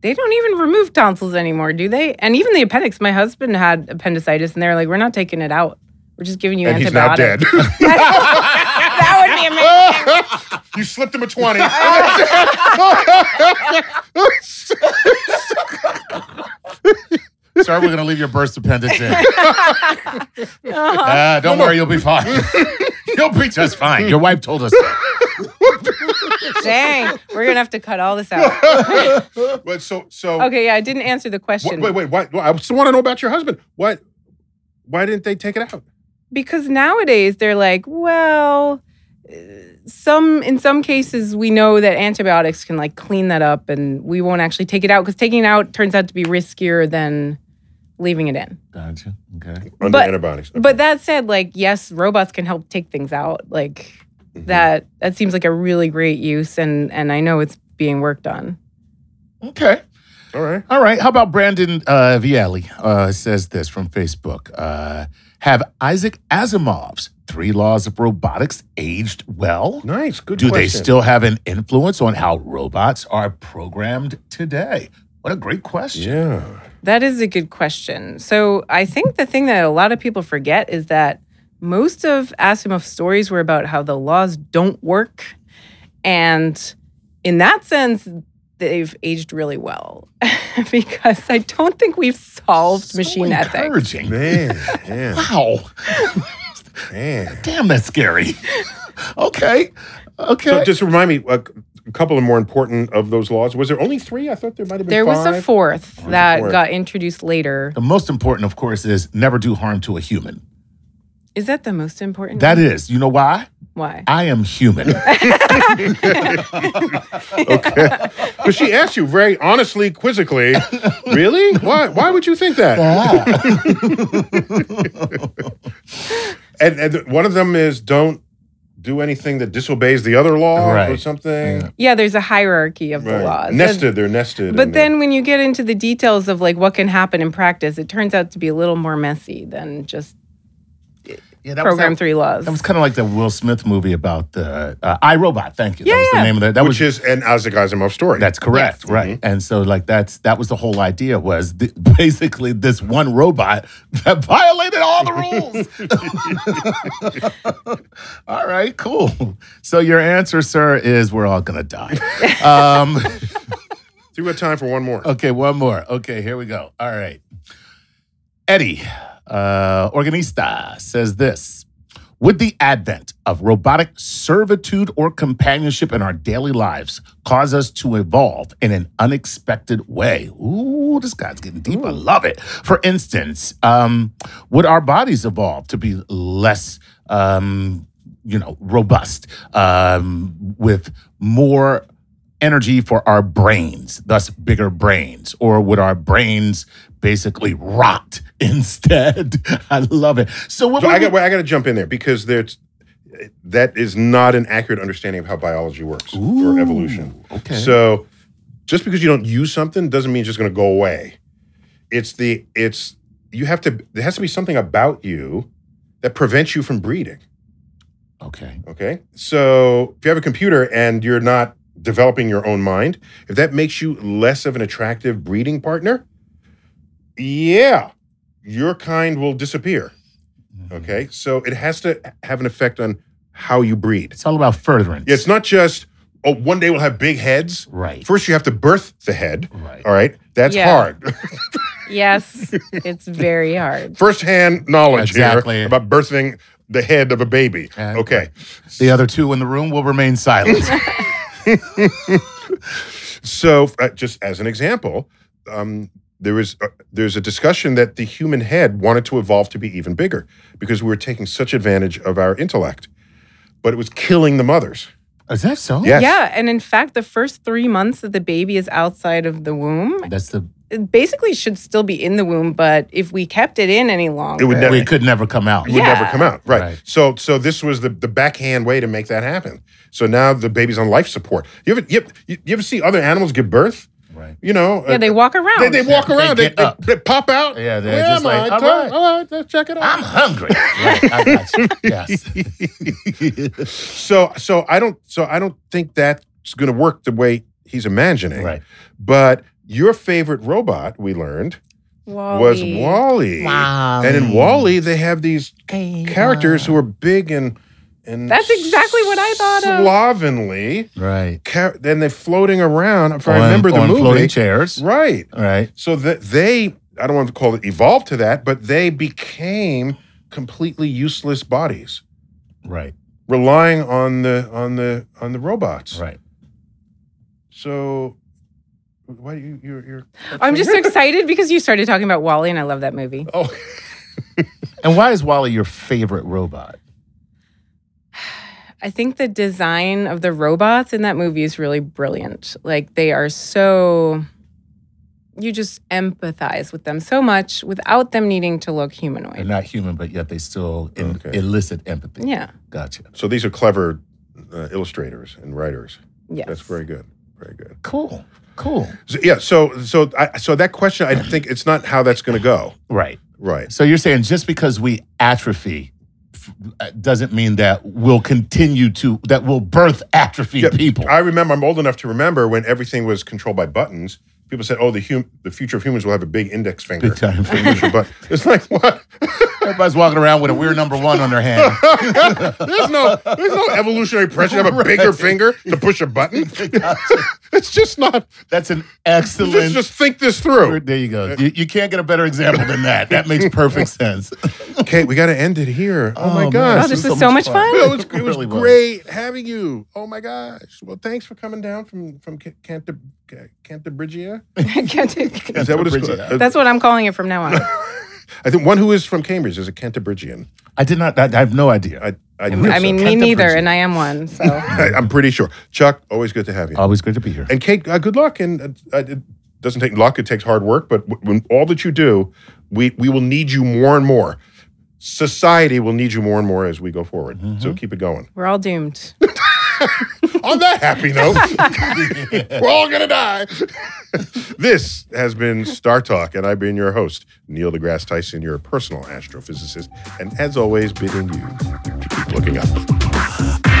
Speaker 3: They don't even remove tonsils anymore, do they? And even the appendix. My husband had appendicitis, and they're like, "We're not taking it out. We're just giving you
Speaker 1: and he's now
Speaker 3: antibiotics."
Speaker 1: dead.
Speaker 3: that would be amazing.
Speaker 1: you slipped him a twenty.
Speaker 2: Sir, we're going to leave your burst appendage in.
Speaker 3: Uh-huh.
Speaker 2: Uh, don't worry, you'll be fine. you'll be just fine. Your wife told us that.
Speaker 3: Dang, we're gonna have to cut all this out.
Speaker 1: But so so
Speaker 3: Okay, yeah, I didn't answer the
Speaker 1: wait
Speaker 3: question
Speaker 1: wait wait why, I still want to know about your husband. Why why didn't they take it out?
Speaker 3: because nowadays they're like, well, uh, some in some cases we know that antibiotics can like clean that up, and we won't actually take it out because taking it out turns out to be riskier than leaving it in.
Speaker 2: Gotcha. Okay.
Speaker 1: Under
Speaker 3: But-
Speaker 1: antibiotics.
Speaker 3: But that said, like, yes, robots can help take things out. Like
Speaker 1: Mhm.
Speaker 3: that that seems like a really great use and and I know it's being worked on.
Speaker 2: Okay.
Speaker 1: All right.
Speaker 2: All right. How about Brandon uh, Vialli uh, says this from Facebook? Uh, have Isaac Asimov's three laws of robotics aged well?
Speaker 1: Nice. Good
Speaker 2: Do they
Speaker 1: question.
Speaker 2: still have an influence on how robots are programmed today? What a great question.
Speaker 1: Yeah.
Speaker 3: That is a good question. So I think the thing that a lot of people forget is that most of Asimov's stories were about how the laws don't work. And in that sense, they've aged really well because I don't think we've solved
Speaker 2: So
Speaker 3: machine ethics.
Speaker 2: encouraging.
Speaker 1: Man, man,
Speaker 2: Wow.
Speaker 1: man.
Speaker 2: Damn, that's scary. okay. Okay.
Speaker 1: So just remind me a, c- a couple of more important of those laws. Was there only three? I thought there might have been
Speaker 3: There was a
Speaker 1: five.
Speaker 3: fourth
Speaker 1: a
Speaker 3: that
Speaker 1: fourth.
Speaker 3: got introduced later.
Speaker 2: the most important, of course, is never do harm to a human.
Speaker 3: Is that the most important?
Speaker 2: That is, you know why?
Speaker 3: why.
Speaker 2: I am human.
Speaker 1: But she asked you very honestly, quizzically, really? Why? Why would you think that? And, and one of them is don't do anything that disobeys the other law or
Speaker 2: Right.
Speaker 1: something.
Speaker 3: Yeah, there's a hierarchy of
Speaker 1: Right.
Speaker 3: the laws. And-
Speaker 1: Nested. They're nested.
Speaker 3: But
Speaker 1: and they're-
Speaker 3: then when you get into the details of like what can happen in practice, it turns out to be a little more messy than just
Speaker 2: yeah, that was
Speaker 3: program
Speaker 2: that-
Speaker 3: three laws.
Speaker 2: That was kind of like the Will Smith movie about the uh, iRobot. Thank you. that
Speaker 3: Yeah,
Speaker 2: was
Speaker 3: yeah.
Speaker 2: the name of that. That
Speaker 1: which
Speaker 2: was
Speaker 1: is an Isaac Asimov story.
Speaker 2: that's correct,
Speaker 3: Yes. mm-hmm.
Speaker 2: right? And so like that's that was the whole idea was th- basically this one robot that violated all the rules. all right, cool. So your answer, sir, is we're all gonna die. Um,
Speaker 1: So we have time for one more.
Speaker 2: Okay, one more. Okay, here we go. All right. Eddie, uh, organista, says this Would the advent of robotic servitude or companionship in our daily lives cause us to evolve in an unexpected way? Ooh, this guy's getting deep. I love it. For instance, um, would our bodies evolve to be less um, you know, robust, um, with more energy for our brains, thus bigger brains? Or would our brains basically rot instead? I love it. So, what
Speaker 1: So I
Speaker 2: would
Speaker 1: got.
Speaker 2: we-
Speaker 1: wait, I got to jump in there because there's that is not an accurate understanding of how biology works or
Speaker 2: Ooh,
Speaker 1: evolution.
Speaker 2: Okay.
Speaker 1: So just because you don't use something doesn't mean it's just going to go away. It's the it's you have to there has to be something about you that prevents you from breeding,
Speaker 2: okay.
Speaker 1: okay? So if you have a computer and you're not developing your own mind, if that makes you less of an attractive breeding partner, yeah, your kind will disappear.
Speaker 2: Mm-hmm.
Speaker 1: Okay? So it has to have an effect on how you breed.
Speaker 2: It's all about furtherance.
Speaker 1: Yeah, it's not just oh one day we'll have big heads.
Speaker 2: right.
Speaker 1: First, you have to birth the head.
Speaker 2: right.
Speaker 1: All right, that's
Speaker 3: Yeah.
Speaker 1: hard.
Speaker 3: yes, it's very hard.
Speaker 1: First-hand knowledge
Speaker 2: Exactly.
Speaker 1: here about birthing the head of a baby.
Speaker 2: And-
Speaker 1: okay,
Speaker 2: The other two in the room will remain silent.
Speaker 1: so uh, just as an example, um, there is uh, there's a discussion that the human head wanted to evolve to be even bigger because we were taking such advantage of our intellect, but it was killing the mothers.
Speaker 2: Is that so?
Speaker 1: Yes.
Speaker 3: Oh, Yeah, and in fact, the first three months that the baby is outside of the womb,
Speaker 2: That's the
Speaker 3: it basically should still be in the womb. But if we kept it in any longer,
Speaker 1: It would never.
Speaker 2: we could never come out.
Speaker 1: it would never
Speaker 3: Yeah.
Speaker 1: come out. Right.
Speaker 2: Right.
Speaker 1: So so this was the, the backhand way to make that happen. So now the baby's on life support. You ever you, ever- you you ever see other animals give birth?
Speaker 2: Right.
Speaker 1: You know,
Speaker 3: yeah,
Speaker 1: uh,
Speaker 3: they walk around.
Speaker 1: they, they walk
Speaker 2: They
Speaker 1: around. They,
Speaker 2: get
Speaker 1: they,
Speaker 2: up.
Speaker 1: they pop out.
Speaker 2: Yeah, they're
Speaker 1: Where
Speaker 2: just
Speaker 1: am
Speaker 2: like,
Speaker 1: I?
Speaker 2: "All
Speaker 1: Come-
Speaker 2: right."
Speaker 1: all right, let's check it out.
Speaker 2: I'm hungry. Right, I got you. Yes.
Speaker 1: So so I don't so I don't think that's going to work the way he's imagining.
Speaker 2: right.
Speaker 1: But your favorite robot, we learned, was
Speaker 3: Wall-E.
Speaker 1: Wally. And in Wally, they have these characters who are big and and
Speaker 3: That's exactly what I thought of.
Speaker 1: Slovenly.
Speaker 2: Right.
Speaker 1: car- then they're floating around. If I
Speaker 2: On-
Speaker 1: remember the
Speaker 2: on
Speaker 1: movie,
Speaker 2: floating chairs.
Speaker 1: right?
Speaker 2: Right.
Speaker 1: So that they I don't want to call it evolved to that, but they became completely useless bodies,
Speaker 2: Right.
Speaker 1: relying on the on the on the robots.
Speaker 2: Right.
Speaker 1: So, why you you're, you're
Speaker 3: I'm just so excited because you started talking about Wally, and I love that movie.
Speaker 1: oh
Speaker 2: And why is Wally your favorite robot?
Speaker 3: I think the design of the robots in that movie is really brilliant. Like they are so you just empathize with them so much without them needing to look
Speaker 2: They're
Speaker 3: humanoid.
Speaker 2: not human, but yet they still in-
Speaker 1: Okay.
Speaker 2: elicit empathy.
Speaker 3: Yeah.
Speaker 2: Gotcha.
Speaker 1: so these are clever uh, illustrators and writers.
Speaker 3: Yes.
Speaker 1: That's very good. Very good.
Speaker 2: Cool. Cool.
Speaker 1: So, yeah. So so I, so that question, I think it's not how that's going to go.
Speaker 2: Right.
Speaker 1: Right.
Speaker 2: So you're saying just because we atrophy f- uh, doesn't mean that we'll continue to that will birth atrophy
Speaker 1: Yeah,
Speaker 2: people.
Speaker 1: I remember. I'm old enough to remember when everything was controlled by buttons. People said, "Oh, the hum- the future of humans will have a big index finger."
Speaker 2: Big time
Speaker 1: Push your button. It's like what?
Speaker 2: Everybody's walking around with a weird number one on their hand.
Speaker 1: There's no there's no evolutionary pressure to have a bigger finger to push a button. it's just not.
Speaker 2: That's an
Speaker 1: Just,
Speaker 2: excellent.
Speaker 1: just think this through.
Speaker 2: There you go. You, you can't get a better example than that. That makes perfect sense.
Speaker 1: Kate, we got to end it here. Oh, my
Speaker 2: man,
Speaker 1: gosh.
Speaker 3: Oh, this was so much fun.
Speaker 1: Well, it was, it was
Speaker 2: really was.
Speaker 1: great having you. Oh my gosh. Well, thanks for coming down from from Ca- Cantab- Ca- Cantabria.
Speaker 3: Can't do-
Speaker 1: Is that what it's called? Uh,
Speaker 2: Cantabria.
Speaker 3: That's what I'm calling it from now on.
Speaker 1: I think one who is from Cambridge is a Cantabrigian.
Speaker 2: I did not. I, I have no idea.
Speaker 1: I, I, think
Speaker 3: I
Speaker 1: so.
Speaker 3: mean, me neither, and I am one. So
Speaker 1: I, am pretty sure. Chuck, always good to have you.
Speaker 2: Always great to be here.
Speaker 1: and Kate, uh, good luck. And uh, it doesn't take luck; it takes hard work. But w- when all that you do, we we will need you more and more. Society will need you more and more as we go forward. So keep it going.
Speaker 3: we're all doomed.
Speaker 1: On that happy note, we're all gonna die. this has been Star Talk, and I've been your host, Neil deGrasse Tyson, your personal astrophysicist, and as always, bidding you to keep looking up.